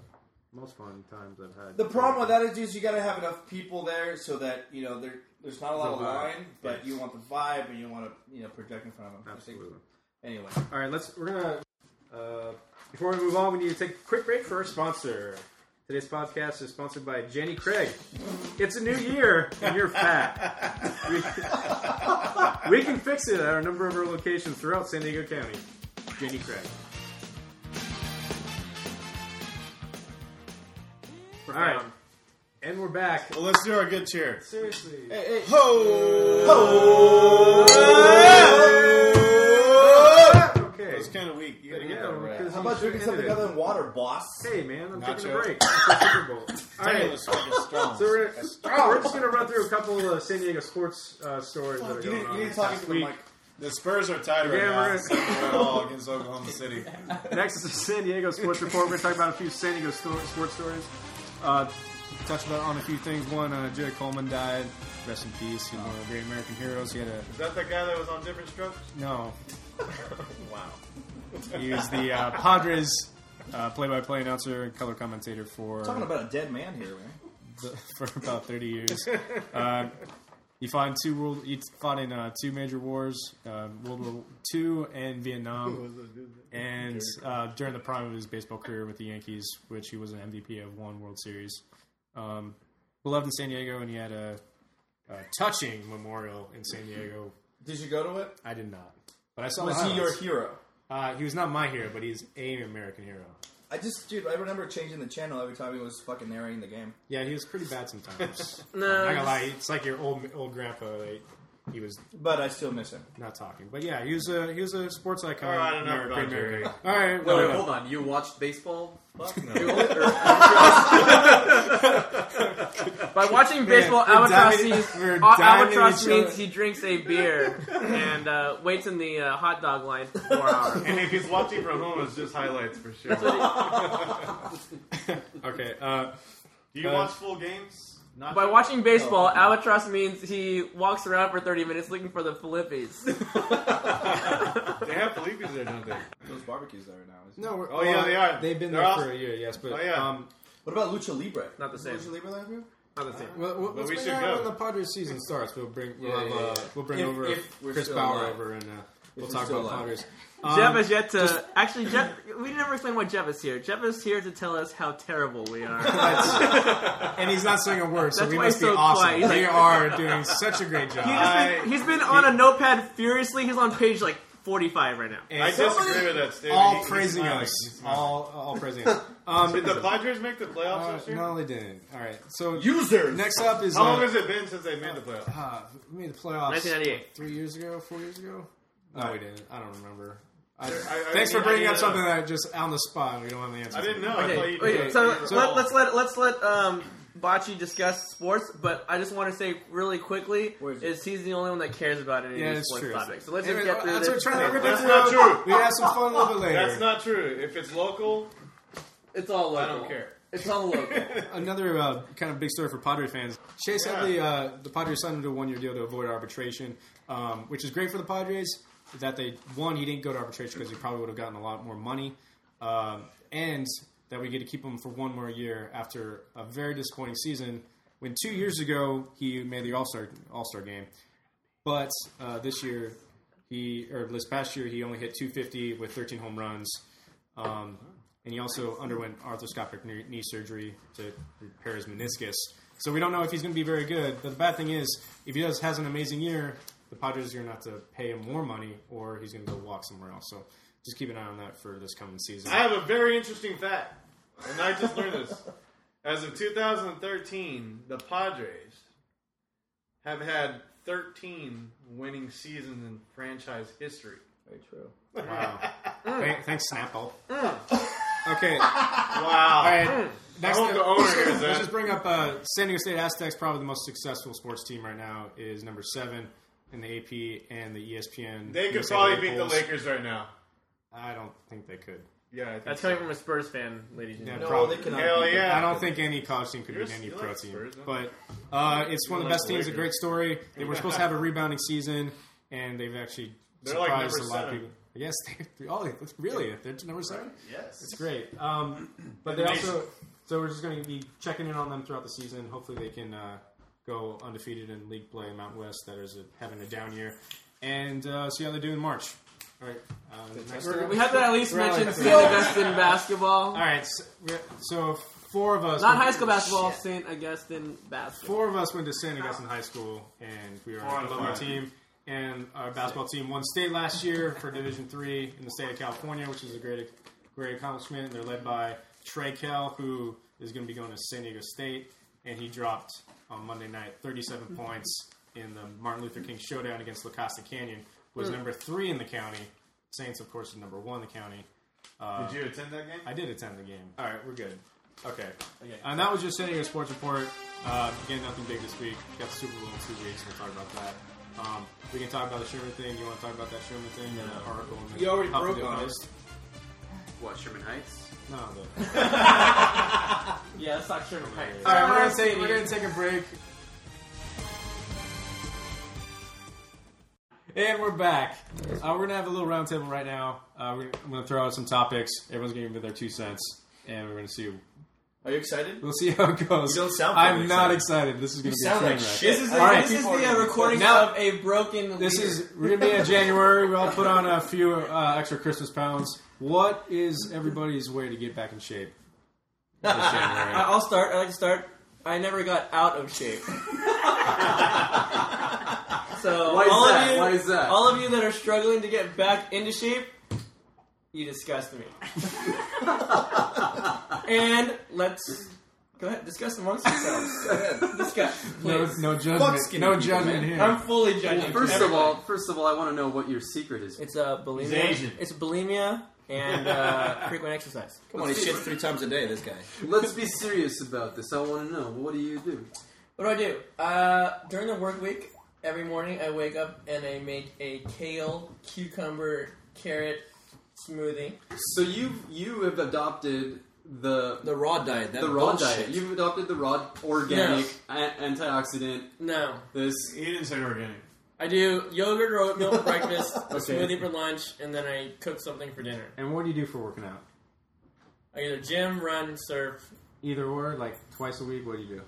Speaker 1: most fun times I've had.
Speaker 3: The problem with that is, is you got to have enough people there so that you know there, there's not a lot
Speaker 1: The
Speaker 3: of
Speaker 1: vibe.
Speaker 3: line, but you want the vibe and you want to you know project in front of them. I think-
Speaker 1: Absolutely.
Speaker 3: Anyway,
Speaker 1: All right, let's. We're gonna. Uh, before we move on, we need to take a quick break for our sponsor. Today's podcast is sponsored by Jenny Craig. It's a new year, and you're fat. We, we can fix it at our number of our locations throughout San Diego County. Jenny Craig. All right, and we're back.
Speaker 5: Well, let's do our good cheer.
Speaker 1: Seriously. Okay.
Speaker 5: It's kind of weak. You gotta get
Speaker 1: Yeah,
Speaker 5: that right.
Speaker 1: because
Speaker 3: how
Speaker 1: you
Speaker 3: about
Speaker 1: should
Speaker 3: drinking
Speaker 1: end
Speaker 3: something
Speaker 1: it.
Speaker 3: other than water, boss?
Speaker 1: Hey man, I'm taking a
Speaker 5: Nacho.
Speaker 1: break. It's the Super Bowl. All
Speaker 5: Damn,
Speaker 1: right,
Speaker 5: it's fucking strong.
Speaker 1: so we're, we're just gonna run through a couple of San Diego sports uh, stories that are
Speaker 3: You
Speaker 1: going
Speaker 3: didn't,
Speaker 1: on.
Speaker 3: you didn't
Speaker 1: this
Speaker 3: talk
Speaker 1: past
Speaker 3: into the
Speaker 1: week.
Speaker 3: mic.
Speaker 5: The Spurs are tied right
Speaker 1: Yeah,
Speaker 5: now.
Speaker 1: we're
Speaker 5: We're all against Oklahoma City.
Speaker 1: Next is the San Diego Sports Report. We're going to talk about a few San Diego sto- sports stories. Uh, touch about on a few things. One, uh, Jared Coleman died. Rest in peace. He was one of the great American heroes. He had a
Speaker 5: Is that the guy that was on different strokes?
Speaker 1: no.
Speaker 5: Wow.
Speaker 1: He was the uh, Padres uh, play-by-play announcer and color commentator for
Speaker 3: Talking about a dead man here, man.
Speaker 1: the- for about 30 years. Uh, he fought in two world. He fought in uh, two major wars, uh, World War II and Vietnam, and uh, during the prime of his baseball career with the Yankees, which he was an MVP of one World Series. Um, beloved in San Diego, and he had a, a touching memorial in San Diego.
Speaker 3: Did you go to it?
Speaker 1: I did not, but I saw.
Speaker 3: Was
Speaker 1: the
Speaker 3: he your
Speaker 1: highlights.
Speaker 3: hero?
Speaker 1: Uh, he was not my hero, but he's a American hero.
Speaker 3: I just, dude, I remember changing the channel every time he was fucking narrating the game.
Speaker 1: Yeah, he was pretty bad sometimes.
Speaker 2: No,
Speaker 1: I'm not gonna lie, it's like your old old grandpa. Like, he was
Speaker 3: But I still miss him.
Speaker 1: not talking, but yeah, he was a he was a sports icon.
Speaker 5: All right, enough
Speaker 1: American
Speaker 5: about Jerry.
Speaker 1: American. All right,
Speaker 4: Wait,
Speaker 1: well,
Speaker 4: wait, hold on. You watched baseball?
Speaker 5: Fuck no.
Speaker 2: By watching baseball, albatross,
Speaker 1: diving-
Speaker 2: means,
Speaker 1: we're
Speaker 2: al-
Speaker 1: diving
Speaker 2: albatross
Speaker 1: in each
Speaker 2: means he drinks a beer and uh, waits in the uh, hot dog line for four hours.
Speaker 5: and if he's watching from home, it's just highlights for sure.
Speaker 1: okay. Uh,
Speaker 5: Do you
Speaker 1: Uh,
Speaker 5: watch full games? Not
Speaker 2: By watching baseball, albatross means he walks around for 30 minutes looking for the Filippis.
Speaker 5: They have Felipe's there, don't they?
Speaker 3: Those barbecues there now. isn't
Speaker 1: no, we're,
Speaker 5: Oh, yeah, they are.
Speaker 1: They've been
Speaker 5: They're
Speaker 1: there
Speaker 5: all-
Speaker 1: for a year, yes, but
Speaker 5: Oh, yeah.
Speaker 1: um,
Speaker 3: it? What about Lucha Libre?
Speaker 2: Not the
Speaker 3: Was
Speaker 2: same.
Speaker 3: Lucha Libre last year?
Speaker 2: Not the same.
Speaker 1: well, we'll, let's
Speaker 5: we
Speaker 1: bring
Speaker 5: should
Speaker 1: that
Speaker 5: go.
Speaker 1: when the Padres season starts. We'll bring we'll,
Speaker 3: Yeah,
Speaker 1: have,
Speaker 3: yeah,
Speaker 1: uh,
Speaker 3: yeah.
Speaker 1: we'll bring
Speaker 3: If-
Speaker 1: over
Speaker 3: if we're
Speaker 1: Chris
Speaker 3: still
Speaker 1: Bauer
Speaker 3: alive.
Speaker 1: over, and uh, we'll
Speaker 3: we're
Speaker 1: talk
Speaker 3: still
Speaker 1: about
Speaker 3: alive.
Speaker 1: Padres.
Speaker 2: Jeff is yet to. actually, Jeff, we never explained why Jeff is here. Jeff is here to tell us how terrible we are.
Speaker 1: and he's not saying a word, so
Speaker 2: That's
Speaker 1: we
Speaker 2: why
Speaker 1: must
Speaker 2: he's
Speaker 1: be
Speaker 2: so
Speaker 1: awesome.
Speaker 2: quiet. He's
Speaker 1: They
Speaker 2: like-
Speaker 1: are doing such a great job.
Speaker 5: I,
Speaker 2: He's been on a notepad furiously. He's on page like 45 right now.
Speaker 1: And
Speaker 5: I
Speaker 1: somebody-
Speaker 5: disagree with that statement. He-
Speaker 1: all
Speaker 5: he's
Speaker 1: praising
Speaker 5: smiling. He's
Speaker 1: us.
Speaker 5: smiling.
Speaker 1: All, all praising us. Um,
Speaker 5: Did the Padres make the playoffs
Speaker 1: uh,
Speaker 5: last year?
Speaker 1: no, they didn't. All right. So
Speaker 3: Users!
Speaker 1: next up is
Speaker 5: How
Speaker 1: uh,
Speaker 5: long has it been since they made the playoffs?
Speaker 1: Uh, we made the playoffs
Speaker 2: 1998.
Speaker 1: three years ago, four years ago. No, we didn't. I don't remember. I,
Speaker 5: I- I-
Speaker 1: thanks for
Speaker 5: I-
Speaker 1: bringing
Speaker 5: I-
Speaker 1: up something that just on the spot. We don't have the answer.
Speaker 5: I
Speaker 1: for.
Speaker 5: didn't know. I thought
Speaker 2: Okay,
Speaker 5: you
Speaker 2: okay,
Speaker 5: did.
Speaker 2: so,
Speaker 5: You were all-
Speaker 2: let, us let let's let um Bocce discuss sports, but I just want to say really quickly
Speaker 3: Where is it?
Speaker 2: is he's the only one that cares about any
Speaker 1: Yeah,
Speaker 2: of these
Speaker 1: it's
Speaker 2: sports
Speaker 1: true.
Speaker 2: topics. So let's
Speaker 1: Anyway,
Speaker 2: just get through
Speaker 1: that's
Speaker 2: this.
Speaker 1: what we're trying to
Speaker 5: That's
Speaker 1: get
Speaker 5: not
Speaker 1: through.
Speaker 5: true.
Speaker 1: We have some fun a little bit later.
Speaker 5: That's not true. If it's local,
Speaker 2: It's all local.
Speaker 5: I don't care.
Speaker 2: It's all local.
Speaker 1: Another uh, kind of big story for Padre fans. Chase
Speaker 5: Yeah.
Speaker 1: Headley, uh, the Padres signed him to a one-year deal to avoid arbitration, um, which is great for the Padres. That they one, he didn't go to arbitration because he probably would have gotten a lot more money, um, and that we get to keep him for one more year after a very disappointing season. When two years ago he made the All Star All Star game, but uh, this year he or this past year he only hit 250 with 13 home runs, um, and he also underwent arthroscopic knee, knee surgery to repair his meniscus. So we don't know if he's going to be very good. But the bad thing is, if he does has an amazing year, the Padres are going to have to pay him more money, or he's going to go walk somewhere else. So just keep an eye on that for this coming season.
Speaker 5: I have a very interesting fact, and I just learned this. As of 2013, the Padres have had 13 winning seasons in franchise history.
Speaker 3: Very true.
Speaker 1: Wow. Thank- Thanks, Snapple.
Speaker 5: Mm.
Speaker 1: Okay.
Speaker 5: Wow!
Speaker 1: All right. Next
Speaker 5: Mm. hope
Speaker 1: up-
Speaker 5: the owner hears that.
Speaker 1: Let's just bring up uh, San Diego State Aztecs. Probably the most successful sports team right now is number seven in the AP and the E ESPN.
Speaker 5: They could
Speaker 1: USA
Speaker 5: probably beat the
Speaker 1: polls.
Speaker 5: Lakers right now.
Speaker 1: I don't think they could.
Speaker 5: Yeah, I think
Speaker 2: That's
Speaker 5: so.
Speaker 2: coming from a Spurs fan, ladies and
Speaker 1: Yeah,
Speaker 2: gentlemen.
Speaker 3: No,
Speaker 1: probably.
Speaker 3: they cannot.
Speaker 5: Hell
Speaker 3: beat
Speaker 5: yeah!
Speaker 1: I don't think any college team could
Speaker 5: You're-
Speaker 1: beat any
Speaker 5: you
Speaker 1: pro
Speaker 5: like
Speaker 1: team.
Speaker 5: Spurs, don't
Speaker 1: but uh, it's one of the
Speaker 5: like
Speaker 1: best
Speaker 5: the
Speaker 1: teams. A
Speaker 5: Lakers.
Speaker 1: great story. They were supposed to have a rebounding season, and they've actually
Speaker 5: They're like
Speaker 1: surprised a
Speaker 5: number
Speaker 1: lot
Speaker 5: seven.
Speaker 1: of people. I guess they, they- oh, they- really, they're to number seven.
Speaker 5: Yes.
Speaker 1: It's great. Um, but they also so we're just going to be checking in on them throughout the season. Hopefully, they can uh, go undefeated in league play in Mount West. That is a, having a down year, and uh, see how they do in March. All right. Uh, next
Speaker 3: We're-
Speaker 1: up-
Speaker 2: We have to at least
Speaker 1: We're all
Speaker 2: mention
Speaker 1: like-
Speaker 2: St. Augustine basketball.
Speaker 1: All right. So, we're- so four of us.
Speaker 2: Not
Speaker 1: went-
Speaker 2: high school basketball, St. Augustine basketball.
Speaker 1: Four of us went to San Augustine High School, and we were
Speaker 5: Four out
Speaker 1: on
Speaker 5: of
Speaker 1: the alumni
Speaker 5: five.
Speaker 1: team. And our basketball team won state last year for Division Three in the state of California, which is a great, great accomplishment. And they're led by Trey Kell, who is going to be going to San Diego State, and he dropped on Monday night 37 points in the Martin Luther King Showdown against La Costa Canyon, who was number three in the county. Saints, of course, is number one in the county. Uh,
Speaker 5: Did you attend that game?
Speaker 1: I did attend the game. All right, we're good. Okay.
Speaker 3: Okay.
Speaker 1: And that was just San Diego Sports Report. Uh, again, nothing big this week. Got the Super Bowl in two weeks. We'll talk about that. Um, we can talk about the Sherman thing. You want to talk about that Sherman thing? The article. in the
Speaker 3: You already
Speaker 1: Huffington
Speaker 3: broke on
Speaker 1: Post?
Speaker 4: What, Sherman Heights?
Speaker 1: No. The,
Speaker 6: Yeah, that's not sure.
Speaker 1: all right, we're gonna take we're gonna take a break. And we're back. Uh, we're gonna have a little roundtable right now. Uh, we're, I'm gonna throw out some topics. Everyone's gonna give me their two cents, and we're gonna see
Speaker 3: Are you excited?
Speaker 1: We'll see how it goes.
Speaker 3: You don't sound very
Speaker 1: I'm not excited. This is going to be a
Speaker 3: sound
Speaker 1: train
Speaker 3: like
Speaker 1: wreck.
Speaker 3: shit.
Speaker 6: This is
Speaker 3: All
Speaker 6: the,
Speaker 1: right.
Speaker 6: this is the uh, recording
Speaker 1: Now-
Speaker 6: of a broken.
Speaker 1: This
Speaker 6: leader.
Speaker 1: is we're going to be in January. We all put on a few uh, extra Christmas pounds. What is everybody's way to get back in shape? This
Speaker 6: I-
Speaker 3: Uh,
Speaker 1: January.
Speaker 6: I'll start. I like to start. I never got out of shape. so
Speaker 4: Why is
Speaker 6: all
Speaker 4: that?
Speaker 6: of you,
Speaker 4: Why is that?
Speaker 6: all of you that are struggling to get back into shape, you disgust me. and let's go ahead discuss amongst yourselves. discuss.
Speaker 1: No,
Speaker 6: please.
Speaker 1: no
Speaker 3: Fuck
Speaker 1: judgment.
Speaker 3: skinny
Speaker 1: No
Speaker 3: people,
Speaker 1: judgment
Speaker 3: man.
Speaker 1: here.
Speaker 6: I'm fully judging.
Speaker 4: Well, first of
Speaker 6: everybody.
Speaker 4: all, first of all, I want to know what your secret is.
Speaker 6: it's uh, bulimia.
Speaker 5: He's Asian.
Speaker 6: It's bulimia and uh, frequent exercise.
Speaker 3: Come on, he shits three times a day. This guy.
Speaker 4: Let's be serious about this. I want to know. What do you do?
Speaker 6: What do I do? Uh, during the work week, every morning I wake up and I make a kale, cucumber, carrot smoothie.
Speaker 4: So you you have adopted the
Speaker 3: The raw diet. That
Speaker 4: the raw
Speaker 3: bullshit.
Speaker 4: diet. You've adopted the raw organic a- antioxidant.
Speaker 6: No,
Speaker 4: This
Speaker 5: He didn't say organic.
Speaker 6: I do yogurt or oatmeal for breakfast, a
Speaker 4: Okay.
Speaker 6: smoothie for lunch, and then I cook something for dinner.
Speaker 1: and what do you do for working out?
Speaker 6: I either gym, run, surf.
Speaker 1: Either or, like twice a week. What do you do?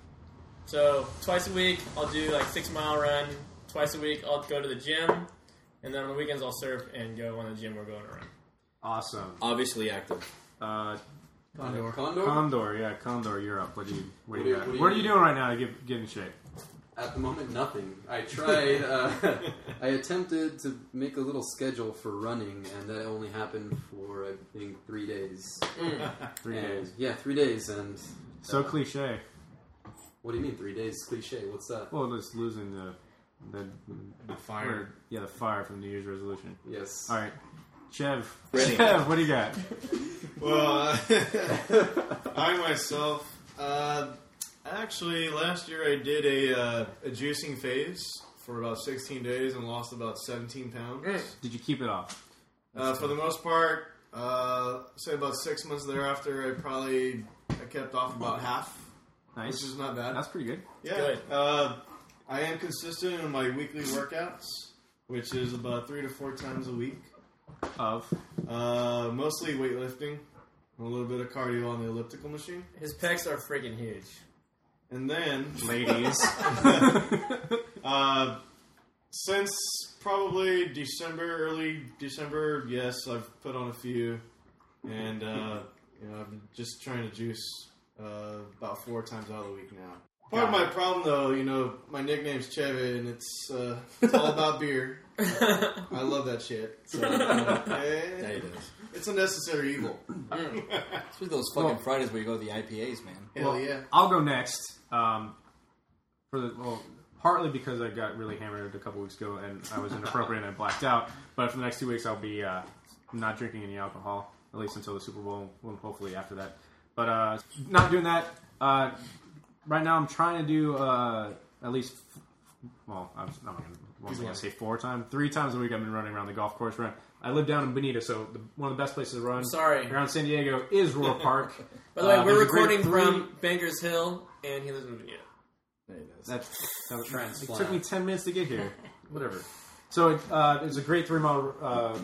Speaker 6: So twice a week I'll do like six mile run. Twice a week I'll go to the gym, and then on the weekends I'll surf and go on the gym or go on a run.
Speaker 1: Awesome.
Speaker 3: Obviously active.
Speaker 1: Uh,
Speaker 4: condor.
Speaker 1: Condor, yeah, Condor Europe. What do you? What, do you?
Speaker 4: What do
Speaker 1: got?
Speaker 4: you-
Speaker 1: What are you doing right now to get get in shape?
Speaker 4: At the moment, nothing. I tried. Uh, I attempted to make a little schedule for running, and that only happened for I think three days.
Speaker 1: Three
Speaker 4: And-
Speaker 1: days.
Speaker 4: Yeah, three days. And
Speaker 1: So cliche.
Speaker 4: what do you mean three days? Cliche. What's that?
Speaker 1: Well, just losing the the,
Speaker 5: The fire.
Speaker 1: yeah the fire from New Year's resolution.
Speaker 4: Yes.
Speaker 1: All right, Chev.
Speaker 3: Ready.
Speaker 1: Chev, what do you got?
Speaker 5: Well, I myself, uh, actually, last year I did a, uh, a juicing phase for about 16 days and lost about 17 pounds.
Speaker 1: Did you keep it off?
Speaker 5: Uh, for the most part, uh, say about six months thereafter, I probably I kept off about half,
Speaker 1: Nice.
Speaker 5: which is not bad.
Speaker 1: That's pretty good.
Speaker 5: yeah,
Speaker 6: good.
Speaker 5: Uh, I am consistent in my weekly workouts, which is about three to four times a week.
Speaker 1: Of
Speaker 5: Uh, mostly weightlifting, a little bit of cardio on the elliptical machine,
Speaker 6: His pecs are friggin' huge.
Speaker 5: and then
Speaker 1: ladies.
Speaker 5: Uh, since probably December, early December, yes, I've put on a few, and uh, you know, I'm just trying to juice uh, about four times out of the week now. Part of my problem, though, you know, my nickname's Chevy, and it's, uh, it's all about beer. I love that shit. So,
Speaker 3: Yeah,
Speaker 5: eh,
Speaker 3: he does.
Speaker 5: it's a necessary evil.
Speaker 3: Especially those fucking Fridays where you go to the IPAs, man.
Speaker 5: Hell yeah.
Speaker 1: I'll go next. Um, for the well, partly because I got really hammered a couple weeks ago and I was inappropriate and I blacked out. But for the next two weeks, I'll be uh, not drinking any alcohol, at least until the Super Bowl, and hopefully after that. But uh, not doing that. Uh, right now, I'm trying to do uh, at least. f- Well, I'm, I'm not gonna- what was I going to say four times, three times a week. I've been running around the golf course. Run. I live down in Bonita, so the, one of the best places to run
Speaker 6: Sorry.
Speaker 1: around San Diego is Royal Park.
Speaker 6: By the way,
Speaker 1: Uh,
Speaker 6: we're
Speaker 1: there's a great
Speaker 6: recording
Speaker 1: three-
Speaker 6: from Bankers Hill, and he lives in Virginia.
Speaker 3: Yeah, he does.
Speaker 1: That, that was It
Speaker 4: Transplant.
Speaker 1: took me ten minutes to get here. Whatever. So it, uh, it's a great three mile uh,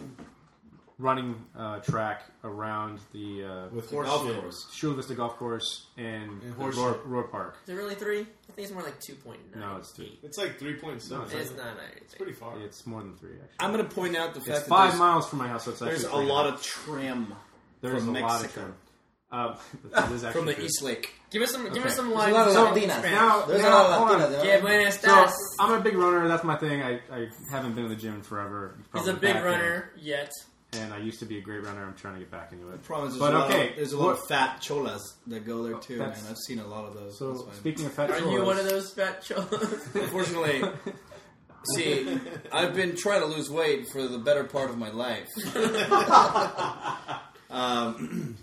Speaker 1: running uh, track around the uh,
Speaker 3: With
Speaker 5: Horse
Speaker 3: golf
Speaker 5: shit.
Speaker 3: course.
Speaker 1: Shula Vista Golf Course and
Speaker 5: And
Speaker 1: Roar,
Speaker 5: horse
Speaker 1: Roar,
Speaker 5: shit.
Speaker 1: Park.
Speaker 6: Is it really three? I think it's more like two point nine.
Speaker 1: No, it's two.
Speaker 5: It's like three point
Speaker 1: No,
Speaker 5: seven.
Speaker 1: it's
Speaker 6: It's
Speaker 5: It's
Speaker 6: not. I don't think.
Speaker 5: pretty far.
Speaker 1: It's more than three. Actually,
Speaker 3: I'm going to point out the fact
Speaker 1: it's
Speaker 3: that
Speaker 1: five
Speaker 3: there's-
Speaker 1: miles from my house. So it's
Speaker 3: there's,
Speaker 1: actually
Speaker 3: a lot of trim
Speaker 1: there's
Speaker 3: from
Speaker 1: a lot of
Speaker 3: Mexico.
Speaker 1: trim. Uh, that is actually
Speaker 3: from the
Speaker 1: true.
Speaker 3: East Lake.
Speaker 6: Give us some. Give
Speaker 1: Okay.
Speaker 6: us some
Speaker 1: There's
Speaker 6: lines.
Speaker 1: of
Speaker 6: So-
Speaker 1: Latinas. Now-
Speaker 6: There's
Speaker 1: now- hold on.
Speaker 6: a- Yeah, buenas
Speaker 1: So
Speaker 6: tardes.
Speaker 1: I'm a big runner. That's my thing. I, I haven't been in the gym in forever.
Speaker 6: He's
Speaker 1: probably
Speaker 6: a big
Speaker 1: back in,
Speaker 6: runner yet.
Speaker 1: and I used to be a great runner. I'm trying to get back into it.
Speaker 3: The problem is there's
Speaker 1: But
Speaker 3: a lot
Speaker 1: okay,
Speaker 3: of, there's a lot
Speaker 1: what-
Speaker 3: of fat cholas that go there too, and
Speaker 1: that's-
Speaker 3: I've seen a lot of those. That's
Speaker 1: So
Speaker 3: why I'm-
Speaker 1: speaking of fat,
Speaker 6: Are you one of those fat cholos?
Speaker 3: Unfortunately, see, I've been trying to lose weight for the better part of my life. um,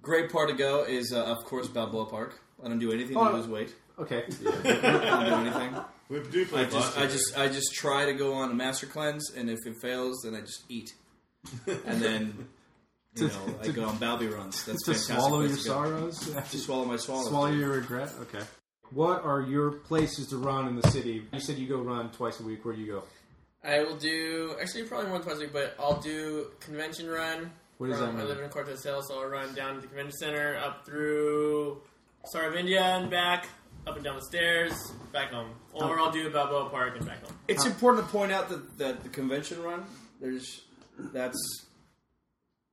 Speaker 3: great part to go is, uh, of course, Balboa Park. I don't do anything
Speaker 1: Oh.
Speaker 3: to lose weight.
Speaker 1: Okay,
Speaker 3: I don't do anything.
Speaker 5: We do play
Speaker 3: I just, I
Speaker 5: boxing.
Speaker 3: just, I just try to go on a master cleanse, and if it fails, then I just eat, and then you
Speaker 1: To-
Speaker 3: know I
Speaker 1: to-
Speaker 3: go on Balby runs. That's
Speaker 1: to
Speaker 3: fantastic
Speaker 1: swallow
Speaker 3: place
Speaker 1: your
Speaker 3: to go.
Speaker 1: sorrows.
Speaker 3: To swallow my swallow.
Speaker 1: Swallow your regret. Okay. What are your places to run in the city? You said you go run twice a week. Where do you go?
Speaker 6: I will do actually probably more than twice a week, but I'll do convention run.
Speaker 1: What does
Speaker 6: from-
Speaker 1: that mean?
Speaker 6: I live in Cortez Hill, so I'll run down to the convention center, up through Star of India and back, up and down the stairs, back home. Or
Speaker 1: Oh.
Speaker 6: I'll do Balboa Park and back home.
Speaker 3: It's important to point out that, that the convention run there's that's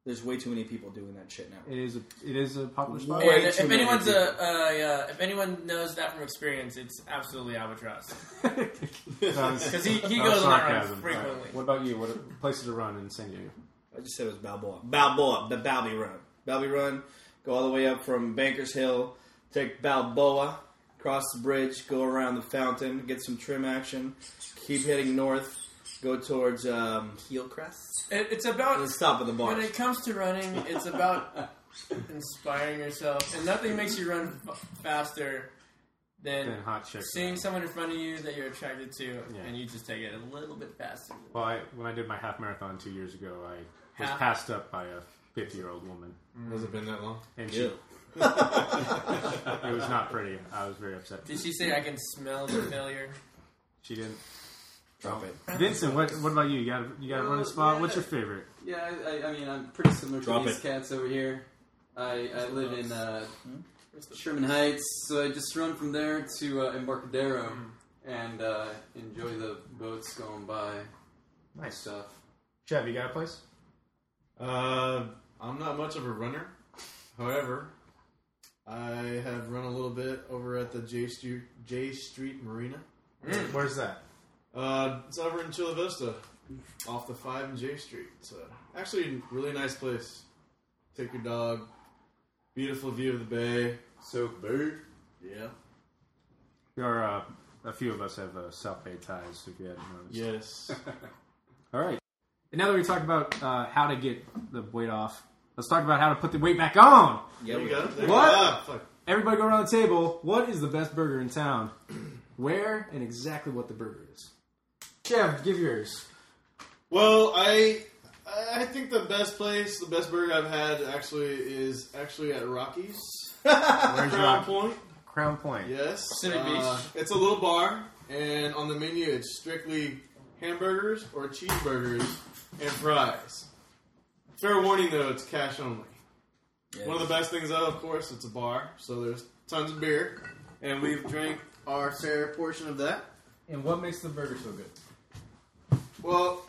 Speaker 3: there's way too many people doing that shit now.
Speaker 1: It is a it is a popular spot.
Speaker 3: Way
Speaker 6: And if
Speaker 3: too many
Speaker 6: anyone's
Speaker 3: people.
Speaker 6: a uh, yeah, if anyone knows that from experience, it's absolutely albatross because he, he goes on that run frequently.
Speaker 1: What about you? What are places to run in San Diego?
Speaker 3: I just said it was Balboa. Balboa, the Balby Run. Balby Run, go all the way up from Bankers Hill, take Balboa, cross the bridge, go around the fountain, get some trim action, keep heading north, go towards um, Heelcrest,
Speaker 6: It, it's
Speaker 3: and then
Speaker 6: about
Speaker 3: stop at the
Speaker 6: when
Speaker 3: bars.
Speaker 6: it comes to running, it's about inspiring yourself, and nothing makes you run f- faster
Speaker 1: Then
Speaker 6: than
Speaker 1: hot chick.
Speaker 6: seeing someone in front of you that you're attracted to,
Speaker 1: Yeah.
Speaker 6: and you just take it a little bit faster.
Speaker 1: Well, I, when I did my half marathon two years ago, I was
Speaker 6: Half?
Speaker 1: passed up by a fifty year old woman,
Speaker 5: Has it been that long?
Speaker 1: and she,
Speaker 3: Ew.
Speaker 1: it was not pretty. I was very upset.
Speaker 6: Did she say I can smell the failure?
Speaker 1: She didn't.
Speaker 3: Drop it.
Speaker 1: Vincent, what what about you? You got you got a
Speaker 4: Uh,
Speaker 1: running spot.
Speaker 4: yeah.
Speaker 1: What's your favorite?
Speaker 4: Yeah, I, I, I mean, I'm pretty similar
Speaker 3: Drop
Speaker 4: to these
Speaker 3: it.
Speaker 4: cats over here. I, I live in uh, Sherman Heights, so I just run from there to uh, Embarcadero and uh, enjoy the boats going by and stuff.
Speaker 1: Chev, you got a place?
Speaker 5: Uh, I'm not much of a runner. However, I have run a little bit over at the J Street J Street Marina.
Speaker 1: Where's that?
Speaker 5: Uh, it's over in Chula Vista, off the five and J Street. So actually, a really nice place. Take your dog. Beautiful view of the bay.
Speaker 4: So, bird.
Speaker 5: Yeah.
Speaker 1: There are uh, a few of us have uh, South Bay ties, if you hadn't noticed.
Speaker 5: Yes.
Speaker 1: All right. And now that we talked about uh, how to get the weight off, let's talk about how to put the weight back on.
Speaker 3: Yeah,
Speaker 5: there
Speaker 3: we
Speaker 5: you go.
Speaker 3: got
Speaker 5: There you
Speaker 1: What?
Speaker 5: go. Ah, fuck.
Speaker 1: Everybody go around the table. What is the best burger in town? Where and exactly what the burger is. Kev, give yours.
Speaker 5: Well, I I think the best place, the best burger I've had actually is actually at Rockies.
Speaker 1: Where's
Speaker 5: Crown
Speaker 1: your
Speaker 5: Point.
Speaker 1: Crown Point?
Speaker 5: Yes.
Speaker 6: Pacific
Speaker 5: Uh, It's a little bar, and on the menu it's strictly hamburgers or cheeseburgers and fries. Fair warning though, it's cash only. One of the best things though, of course, it's a bar, so there's tons of beer, and we've drank our fair portion of that.
Speaker 1: And what makes the burger so good?
Speaker 5: Well,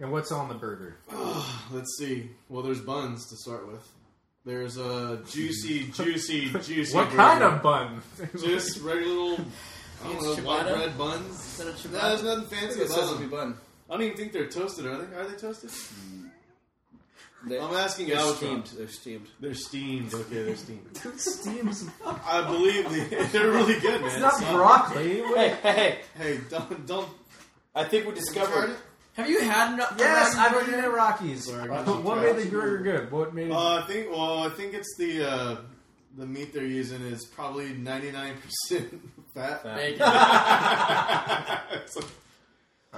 Speaker 1: And what's on the burger?
Speaker 5: let's see. Well, there's buns to start with. There's a juicy, juicy, juicy.
Speaker 1: What
Speaker 5: burger.
Speaker 1: kind of bun?
Speaker 5: Just regular little, I don't know,
Speaker 6: It's
Speaker 5: white
Speaker 6: ciabatta?
Speaker 5: bread buns.
Speaker 6: Is that a
Speaker 5: No,
Speaker 6: ciabatta?
Speaker 5: there's nothing fancy
Speaker 3: It's
Speaker 5: about
Speaker 3: sesame
Speaker 5: them.
Speaker 3: bun.
Speaker 5: I don't even think they're toasted, are they? Are they toasted?
Speaker 3: They,
Speaker 5: I'm asking
Speaker 3: they're
Speaker 5: you.
Speaker 3: steamed. They're steamed.
Speaker 5: They're steamed. Okay, they're steamed.
Speaker 1: Steams.
Speaker 5: I believe they, they're really good, man.
Speaker 1: It's not broccoli.
Speaker 3: Hey, hey, hey!
Speaker 5: hey, don't don't.
Speaker 3: I think we
Speaker 5: Discovered.
Speaker 3: discovered.
Speaker 6: Have you had enough?
Speaker 1: I've been in Rockies.
Speaker 5: Sorry,
Speaker 1: what made the burger good? What made it?
Speaker 5: Uh, I think. Well, I think it's the uh, the meat they're using is probably 99 percent fat.
Speaker 6: Thank you.
Speaker 5: It's like-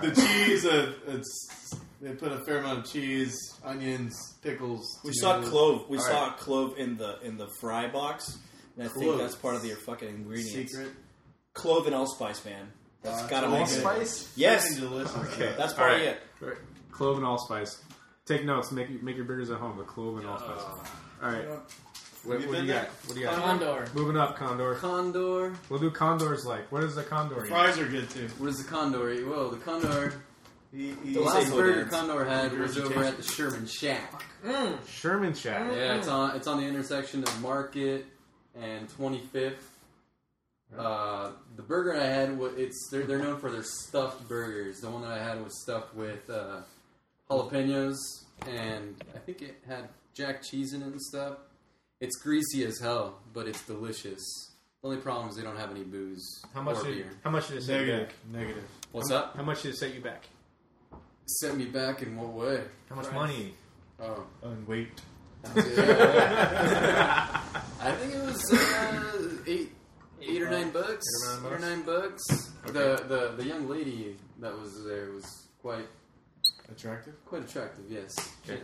Speaker 5: the cheese, uh, it's they put a fair amount of cheese, onions, pickles.
Speaker 3: We saw
Speaker 5: tomatoes.
Speaker 3: clove. We
Speaker 1: All
Speaker 3: saw clove in the in the fry box, and I think
Speaker 5: Clove.
Speaker 3: that's part of their fucking ingredients.
Speaker 5: secret.
Speaker 3: Clove and allspice, man. That's gotta be good.
Speaker 1: allspice.
Speaker 3: Yes,
Speaker 5: Fucking delicious.
Speaker 1: Okay.
Speaker 3: that's part
Speaker 1: All
Speaker 3: of
Speaker 1: right.
Speaker 3: it.
Speaker 1: clove and allspice. Take notes. Make make your burgers at home with clove and allspice. All right. What, what do you got? What do you got?
Speaker 6: Condor.
Speaker 1: Moving up, Condor.
Speaker 4: Condor.
Speaker 1: We'll do Condor's like. What is a Condor? eat?
Speaker 5: Fries are good too.
Speaker 4: What is the condor eat? Whoa, the condor.
Speaker 3: He, he,
Speaker 4: The last burger Condor had was
Speaker 3: Regurgitation.
Speaker 4: over at the Sherman Shack.
Speaker 6: Mm.
Speaker 1: Sherman Shack.
Speaker 4: Yeah, it's on it's on the intersection of Market and 25th. Uh, the burger I had, wa- it's they're, they're known for their stuffed burgers. The one that I had was stuffed with uh, jalapenos and I think it had jack cheese in it and stuff. It's greasy as hell, but it's delicious. The only problem is they don't have any booze
Speaker 1: How much?
Speaker 4: or
Speaker 1: Did,
Speaker 4: beer.
Speaker 1: how much did it set you
Speaker 5: Negative.
Speaker 1: back?
Speaker 5: Negative.
Speaker 4: What's up?
Speaker 1: How much did it set you back?
Speaker 4: Set me back in what way?
Speaker 1: How much money?
Speaker 4: Oh.
Speaker 5: And wait.
Speaker 4: I think it was uh, eight, eight or nine bucks.
Speaker 1: Eight or nine
Speaker 4: bucks. The, the the young lady that was there was quite
Speaker 5: Attractive?
Speaker 4: quite attractive. Yes.
Speaker 1: Okay.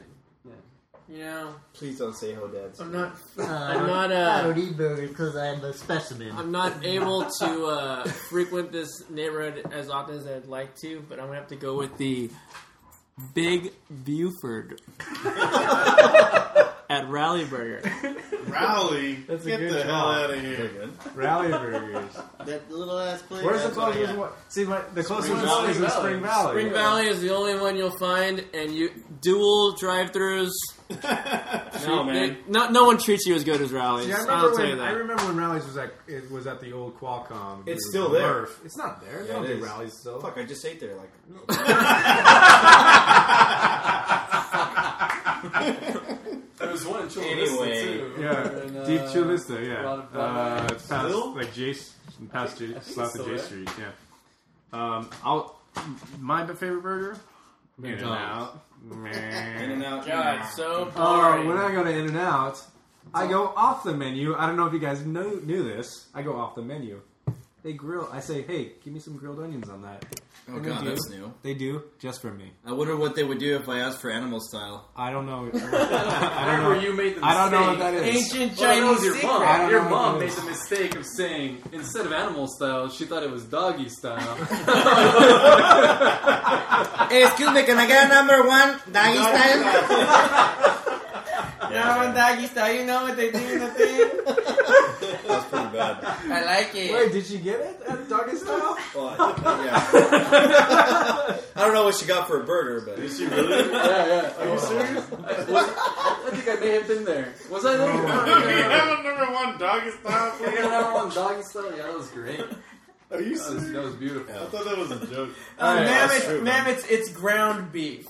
Speaker 6: You know,
Speaker 3: Please don't say Hodad's.
Speaker 6: I'm not. I'm
Speaker 7: Uh,
Speaker 6: not.
Speaker 7: I
Speaker 6: Uh,
Speaker 7: don't eat burgers because I'm a specimen.
Speaker 6: I'm not able to uh, frequent this neighborhood as often as I'd like to, but I'm gonna have to go with the Big Buford at Rally Burger.
Speaker 5: Rally.
Speaker 1: That's a
Speaker 5: Get
Speaker 1: good
Speaker 5: the
Speaker 1: job.
Speaker 5: hell out of here.
Speaker 1: Rally burgers.
Speaker 7: that little ass place.
Speaker 1: Where's the
Speaker 7: that's what I
Speaker 1: closest
Speaker 7: got.
Speaker 1: one? See, my, the closest
Speaker 5: Spring
Speaker 1: one is in
Speaker 4: Valley.
Speaker 1: Spring Valley.
Speaker 6: Spring Valley is the only one you'll find, and you dual drive-throughs.
Speaker 3: No,
Speaker 6: They- no, no one treats you as good as Rally's.
Speaker 1: See, I
Speaker 6: I'll
Speaker 1: remember
Speaker 6: tell
Speaker 1: when
Speaker 6: you
Speaker 1: I
Speaker 6: that.
Speaker 1: remember when Rallies was at it was at the old Qualcomm.
Speaker 3: It's
Speaker 1: It was
Speaker 3: still there.
Speaker 1: Murph. It's not there.
Speaker 3: Yeah,
Speaker 1: they don't
Speaker 3: it
Speaker 1: do
Speaker 3: is.
Speaker 1: Rallies still.
Speaker 3: Fuck, I just ate there. Like,
Speaker 4: There was one in Chula
Speaker 3: Anyway. Vista,
Speaker 4: too.
Speaker 1: Yeah,
Speaker 4: uh,
Speaker 1: uh, Deep Chula Vista. Yeah,
Speaker 4: Rod- Rod-
Speaker 1: uh, it's past
Speaker 5: Still?
Speaker 1: like J past J,
Speaker 4: I think
Speaker 1: south
Speaker 4: it's
Speaker 1: of
Speaker 4: still
Speaker 1: J
Speaker 4: there.
Speaker 1: Street. Yeah. Um, I'll my favorite burger. In and
Speaker 4: McDonald's.
Speaker 1: out. Man.
Speaker 3: in and out.
Speaker 6: God, so
Speaker 1: Oh,
Speaker 6: boring.
Speaker 1: when I go to In and Out, I go off the menu. I don't know if you guys know, knew this. I go off the menu. They grill. I say, hey, give me some grilled onions on that.
Speaker 3: Oh
Speaker 1: They
Speaker 3: god,
Speaker 1: do.
Speaker 3: that's new.
Speaker 1: They do just for me.
Speaker 3: I wonder what they would do if I asked for animal style.
Speaker 1: I don't know. I don't
Speaker 4: Remember
Speaker 1: know.
Speaker 4: you made the mistake.
Speaker 1: I don't know what that is.
Speaker 6: Ancient
Speaker 4: Well, that
Speaker 6: Chinese
Speaker 4: was your
Speaker 6: secret.
Speaker 1: I
Speaker 4: mom.
Speaker 1: don't
Speaker 4: Your
Speaker 1: know what
Speaker 4: mom
Speaker 1: that
Speaker 4: made
Speaker 1: is.
Speaker 4: the mistake of saying instead of animal style, she thought it was doggy style.
Speaker 3: Hey, excuse me, can I get a number one doggy style?
Speaker 6: Now in doggy style, you know what they do in the thing.
Speaker 3: That's pretty bad.
Speaker 6: I like it.
Speaker 1: Wait, did you get it at Doggy Style?
Speaker 3: Well, yeah. I don't know what she got for a burger, but
Speaker 5: She really?
Speaker 4: yeah, yeah. Are you serious? Oh. I think I may have been there. Was I there? No, no, no,
Speaker 5: we
Speaker 4: no.
Speaker 5: have a number one doggy style
Speaker 4: We
Speaker 5: player?
Speaker 4: got out on doggy style. Yeah, that was great.
Speaker 5: Are you
Speaker 4: That was,
Speaker 5: serious?
Speaker 4: that was beautiful.
Speaker 5: I thought that was a joke.
Speaker 6: Uh,
Speaker 1: Alright,
Speaker 6: ma'am,
Speaker 1: that's
Speaker 6: it's, ma'am, it's it's ground beef.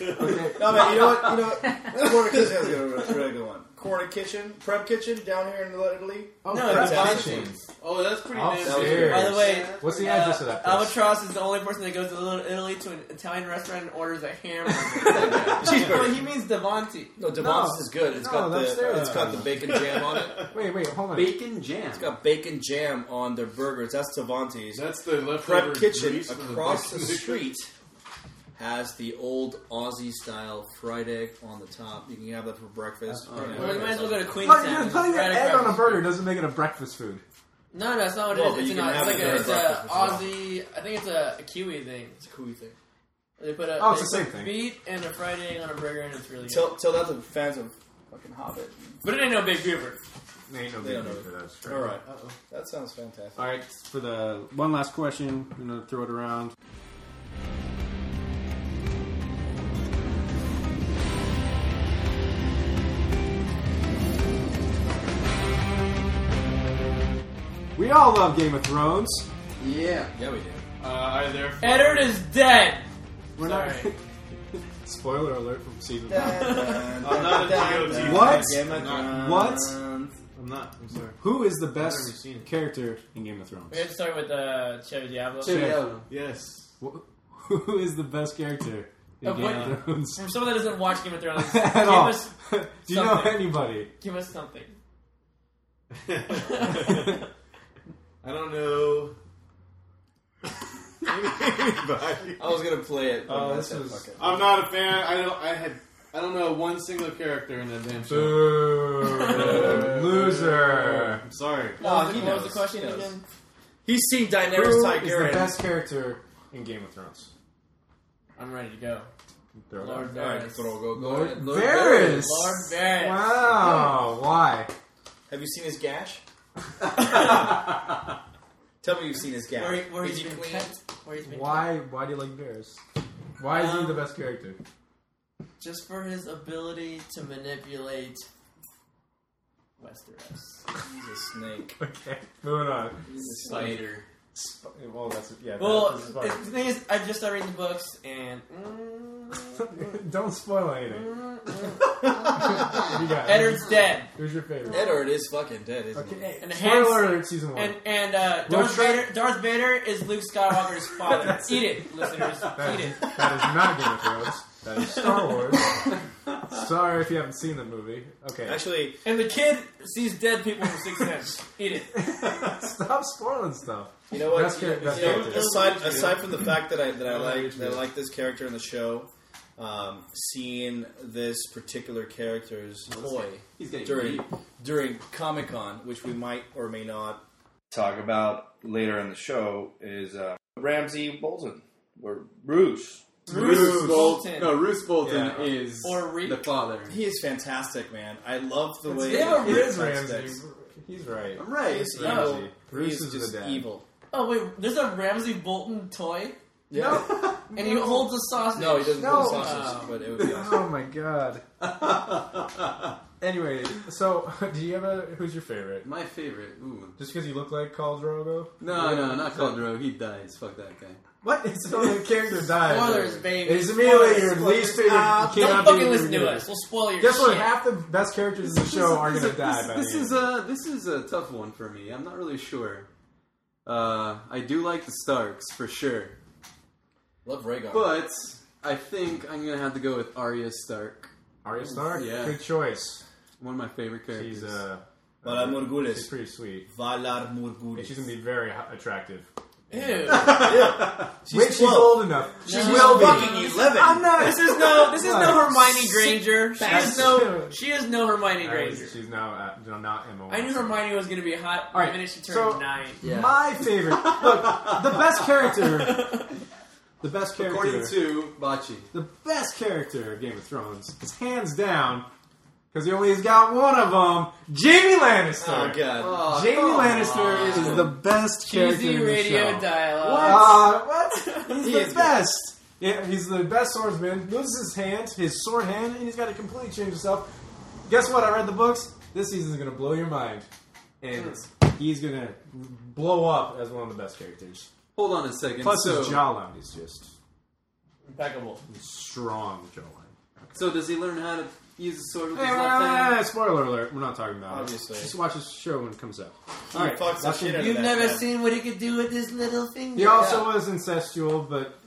Speaker 3: no, man. You know what? You know, what? Corner Kitchen is a really good one. Corner Kitchen, Prep Kitchen down here in Little Italy.
Speaker 1: Oh,
Speaker 6: No,
Speaker 1: that's
Speaker 3: that's
Speaker 1: awesome.
Speaker 6: Oh, that's pretty
Speaker 1: Upstairs.
Speaker 6: nasty.
Speaker 1: Upstairs.
Speaker 6: By the way,
Speaker 1: What's the
Speaker 6: uh,
Speaker 1: address of that place?
Speaker 6: Albatross is the only person that goes to Little Italy to an Italian restaurant and orders a hamburger.
Speaker 3: Cheeseburger.
Speaker 6: well, he means Devonti.
Speaker 3: No, Devon's is good. It's
Speaker 1: No,
Speaker 3: got the
Speaker 1: that's their-
Speaker 3: it's got the bacon jam on it. It's
Speaker 1: Wait, wait, hold on.
Speaker 4: Bacon jam.
Speaker 3: got bacon jam on their burgers. That's Devonti's.
Speaker 5: That's the leftover
Speaker 3: Prep Kitchen
Speaker 5: grease from
Speaker 3: across the
Speaker 5: bacon.
Speaker 3: street has the old Aussie style fried egg on the top. You can have that for breakfast.
Speaker 4: That's
Speaker 3: Yeah.
Speaker 6: Well, you might as well go to
Speaker 1: Look,
Speaker 6: Queenstown.
Speaker 1: dude, putting an egg on a burger doesn't make it a breakfast food.
Speaker 6: No, no, that's not what it
Speaker 3: Well,
Speaker 6: is.
Speaker 3: but
Speaker 6: It's,
Speaker 3: you
Speaker 6: an,
Speaker 3: can
Speaker 6: it's
Speaker 3: have
Speaker 6: like
Speaker 3: it
Speaker 6: a,
Speaker 3: as
Speaker 6: it's a
Speaker 3: breakfast as
Speaker 6: Aussie. I think it's a, a Kiwi thing.
Speaker 3: It's a cool thing.
Speaker 6: They put a
Speaker 1: Oh, it's
Speaker 6: they
Speaker 1: the same
Speaker 6: put
Speaker 1: thing.
Speaker 6: Meat and a fried egg on a burger, and it's really good.
Speaker 3: Tell tell that to the fans of fucking Hobbit.
Speaker 6: but it ain't no big beaver.
Speaker 1: Ain't no
Speaker 3: They don't know.
Speaker 1: that. Sure.
Speaker 3: All right, that sounds fantastic.
Speaker 1: All right, for the one last question, I'm gonna throw it around. We all love Game of Thrones.
Speaker 4: Yeah.
Speaker 3: Yeah, we do.
Speaker 5: Uh, I therefore.
Speaker 6: Eddard is dead.
Speaker 1: We're
Speaker 6: Sorry.
Speaker 1: Spoiler alert from season one.
Speaker 5: I'm not a GOT.
Speaker 1: What?
Speaker 3: Game of Thrones.
Speaker 1: What?
Speaker 5: I'm not. I'm sorry.
Speaker 1: Who is the
Speaker 5: I've never
Speaker 1: best
Speaker 5: seen it.
Speaker 1: character in Game of Thrones?
Speaker 6: We have to start with uh, Chevy Diablo.
Speaker 1: Chevy.
Speaker 5: Yes.
Speaker 1: Wh- Who is the best character in
Speaker 6: Of
Speaker 1: Game
Speaker 6: what-
Speaker 1: of Thrones?
Speaker 6: For someone that doesn't watch Game of Thrones, give
Speaker 1: At all.
Speaker 6: us
Speaker 1: Do you know
Speaker 6: something.
Speaker 1: anybody?
Speaker 6: give us something.
Speaker 5: I don't know. Anybody.
Speaker 3: I was gonna play it. but
Speaker 1: Oh,
Speaker 3: I
Speaker 1: this
Speaker 3: said,
Speaker 1: was-
Speaker 3: fuck it.
Speaker 5: I'm not a fan. I don't. I had. I don't know one single character in that damn show.
Speaker 1: Boo. Loser.
Speaker 5: I'm sorry.
Speaker 3: Oh,
Speaker 6: what was
Speaker 3: he
Speaker 6: the, what was
Speaker 3: knows.
Speaker 6: the question
Speaker 3: He knows.
Speaker 6: again?
Speaker 3: He's seen
Speaker 1: Who
Speaker 3: Daenerys
Speaker 1: is the
Speaker 3: Targaryen.
Speaker 1: best character in Game of Thrones?
Speaker 6: I'm ready to go.
Speaker 7: Throw it
Speaker 6: Lord
Speaker 3: All right,
Speaker 6: Varys.
Speaker 3: throw, go, go
Speaker 1: Lord
Speaker 3: ahead.
Speaker 1: Varys.
Speaker 6: Lord Varys.
Speaker 1: Wow. Why?
Speaker 3: Have you seen his gash? Tell me you've seen his gash.
Speaker 6: Where, where
Speaker 3: Is
Speaker 6: he's
Speaker 3: he
Speaker 6: been
Speaker 3: clean?
Speaker 6: cut. Where he's been cut.
Speaker 1: Why? Why do you like Varys? Why
Speaker 6: Um,
Speaker 1: is he the best character?
Speaker 6: Just for his ability to manipulate Westeros.
Speaker 3: He's a snake.
Speaker 1: Okay, moving on.
Speaker 3: He's a snake.
Speaker 4: Spider.
Speaker 1: Sp- Well, that's yeah.
Speaker 6: Well,
Speaker 1: that's
Speaker 6: it, the thing is, I just started reading the books, and mm,
Speaker 1: fine. don't spoil anything.
Speaker 6: mm, mm.
Speaker 1: You got it.
Speaker 6: Eddard's dead,
Speaker 1: Who's your favorite?
Speaker 3: Eddard is fucking dead, isn't he?
Speaker 1: Okay.
Speaker 6: and
Speaker 1: Spoiler
Speaker 6: Hans,
Speaker 1: alert, season one.
Speaker 6: and and uh,
Speaker 1: Well,
Speaker 6: Darth
Speaker 1: try-
Speaker 6: Vader. Darth Vader is Luke Skywalker's father.
Speaker 1: That's
Speaker 6: Eat it, listeners.
Speaker 1: that,
Speaker 6: Eat
Speaker 1: is,
Speaker 6: it.
Speaker 1: that is not Game of Thrones. That is Star Wars. Sorry if you haven't seen the movie. Okay.
Speaker 3: Actually,
Speaker 6: And the kid sees dead people in the sixth sense. Eat it.
Speaker 1: Stop spoiling stuff.
Speaker 3: you know what?
Speaker 1: Best char-
Speaker 3: You-
Speaker 1: best
Speaker 3: you know,
Speaker 1: character.
Speaker 3: aside, aside from the fact that I that I
Speaker 1: Yeah,
Speaker 3: like
Speaker 1: it's
Speaker 3: that I
Speaker 1: good.
Speaker 3: like this character in the show, um, seeing this particular character's toy
Speaker 4: He's getting
Speaker 3: during
Speaker 4: deep.
Speaker 3: during Comic Con, which we might or may not talk about later in the show, is uh, Ramsey Bolton or Bruce.
Speaker 6: Bruce Bolton.
Speaker 4: No, Bruce Bolton
Speaker 1: Yeah.
Speaker 4: is
Speaker 6: Or Reek.
Speaker 4: the father.
Speaker 3: He is fantastic, man. I love the
Speaker 1: It's-
Speaker 3: way
Speaker 1: it
Speaker 3: he
Speaker 1: is
Speaker 3: affects
Speaker 1: Ramsey.
Speaker 3: this.
Speaker 1: He's right.
Speaker 4: I'm right.
Speaker 3: He's
Speaker 1: No.
Speaker 3: evil.
Speaker 1: Bruce
Speaker 3: He's
Speaker 1: is the
Speaker 3: just
Speaker 1: dad.
Speaker 3: evil.
Speaker 6: Oh wait, there's a Ramsey Bolton toy,
Speaker 3: Yeah.
Speaker 6: and he holds a sausage. Uh,
Speaker 3: No, he doesn't
Speaker 1: No.
Speaker 3: no. put sausage, but it would be awesome.
Speaker 1: Oh my god. anyway, so do you have a who's your favorite?
Speaker 4: My favorite. Ooh.
Speaker 1: Just because you look like Khal Drogo?
Speaker 4: No, no, not Caldero. He dies. Fuck that guy.
Speaker 1: What? It's so the character dies.
Speaker 6: Spoilers, baby.
Speaker 1: It's immediately
Speaker 6: Spoilers,
Speaker 1: your
Speaker 6: spoilers.
Speaker 1: least favorite.
Speaker 6: Ah,
Speaker 1: you
Speaker 6: don't
Speaker 1: cannot be
Speaker 6: fucking
Speaker 1: your
Speaker 6: listen to
Speaker 1: favorite.
Speaker 6: us. We'll spoil your
Speaker 1: Guess what?
Speaker 6: shit.
Speaker 1: Half the best characters in the show are going to die. by
Speaker 4: This
Speaker 1: the
Speaker 4: is
Speaker 1: end.
Speaker 4: a this is a tough one for me. I'm not really sure. Uh, I do like the Starks for sure,
Speaker 3: Love Rhaegar.
Speaker 4: but I think I'm gonna have to go with Arya Stark.
Speaker 1: Arya Stark.
Speaker 4: Yeah.
Speaker 1: Good choice.
Speaker 4: One of my favorite characters.
Speaker 1: She's uh,
Speaker 3: Valar
Speaker 1: she's
Speaker 3: Morghulis.
Speaker 1: pretty sweet.
Speaker 3: Valar
Speaker 1: And
Speaker 3: Morghulis.
Speaker 1: she's going to be very h- attractive.
Speaker 6: Ew.
Speaker 1: Wait, she's
Speaker 3: 12.
Speaker 1: old enough. She will be.
Speaker 3: fucking 11.
Speaker 1: I'm not.
Speaker 6: This is no. This is no
Speaker 1: Right.
Speaker 6: Hermione Granger. She
Speaker 1: That's-
Speaker 6: is no. She is no Hermione
Speaker 1: That was-
Speaker 6: Granger.
Speaker 1: She's now uh, no, not Emma.
Speaker 6: I knew
Speaker 1: Watson.
Speaker 6: Hermione was going to be hot
Speaker 1: All right,
Speaker 6: the minute she turned
Speaker 1: so-
Speaker 6: nine.
Speaker 4: Yeah.
Speaker 1: My favorite. Look, the best character. The best
Speaker 4: According
Speaker 1: character.
Speaker 4: to Bachi,
Speaker 1: the best character of Game of Thrones is hands down because he only has got one of them. Jamie
Speaker 3: Oh,
Speaker 1: Lannister.
Speaker 3: God.
Speaker 4: oh,
Speaker 1: Jamie
Speaker 4: come
Speaker 1: Lannister
Speaker 4: on.
Speaker 1: is the best character
Speaker 6: Cheesy
Speaker 1: in the
Speaker 6: radio
Speaker 1: show.
Speaker 6: dialogue.
Speaker 1: Uh, what? He's
Speaker 3: He
Speaker 1: the
Speaker 3: is good.
Speaker 1: best. Yeah, he's the best swordsman. Loses his hand, his sword hand, and he's got to completely change himself. Guess what? I read the books. This season's gonna blow your mind, and
Speaker 4: Hmm.
Speaker 1: he's gonna blow up as one of the best characters.
Speaker 4: Hold on a second.
Speaker 1: Plus,
Speaker 4: so,
Speaker 1: his jawline is just
Speaker 6: Impeccable.
Speaker 1: strong jawline.
Speaker 4: so does he learn how to use a sword with
Speaker 1: Hey,
Speaker 4: his
Speaker 1: wait,
Speaker 4: left
Speaker 1: wait, wait,
Speaker 4: hand?
Speaker 1: wait, Eh, spoiler alert. We're not talking about
Speaker 3: Obviously.
Speaker 1: it. Just watch this show when it comes out.
Speaker 3: He fucks the
Speaker 1: that's
Speaker 3: shit
Speaker 1: him.
Speaker 3: out of
Speaker 6: You've
Speaker 3: that
Speaker 6: never
Speaker 3: guy.
Speaker 6: seen what he could do with his little finger.
Speaker 1: He also was incestual, but.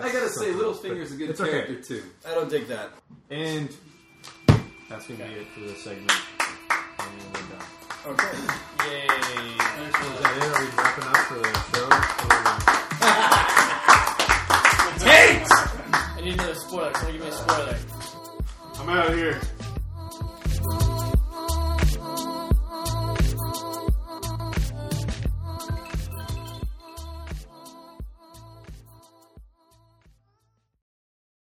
Speaker 4: I gotta say, Littlefinger's a good
Speaker 1: it's okay.
Speaker 4: character too.
Speaker 3: I don't dig that.
Speaker 1: And that's going to be it for this segment. And we're done.
Speaker 3: Okay.
Speaker 6: Yay.
Speaker 1: Is that it? Are we wrapping up for the show?
Speaker 6: I need another spoiler. Someone give me a spoiler.
Speaker 5: I'm out of here.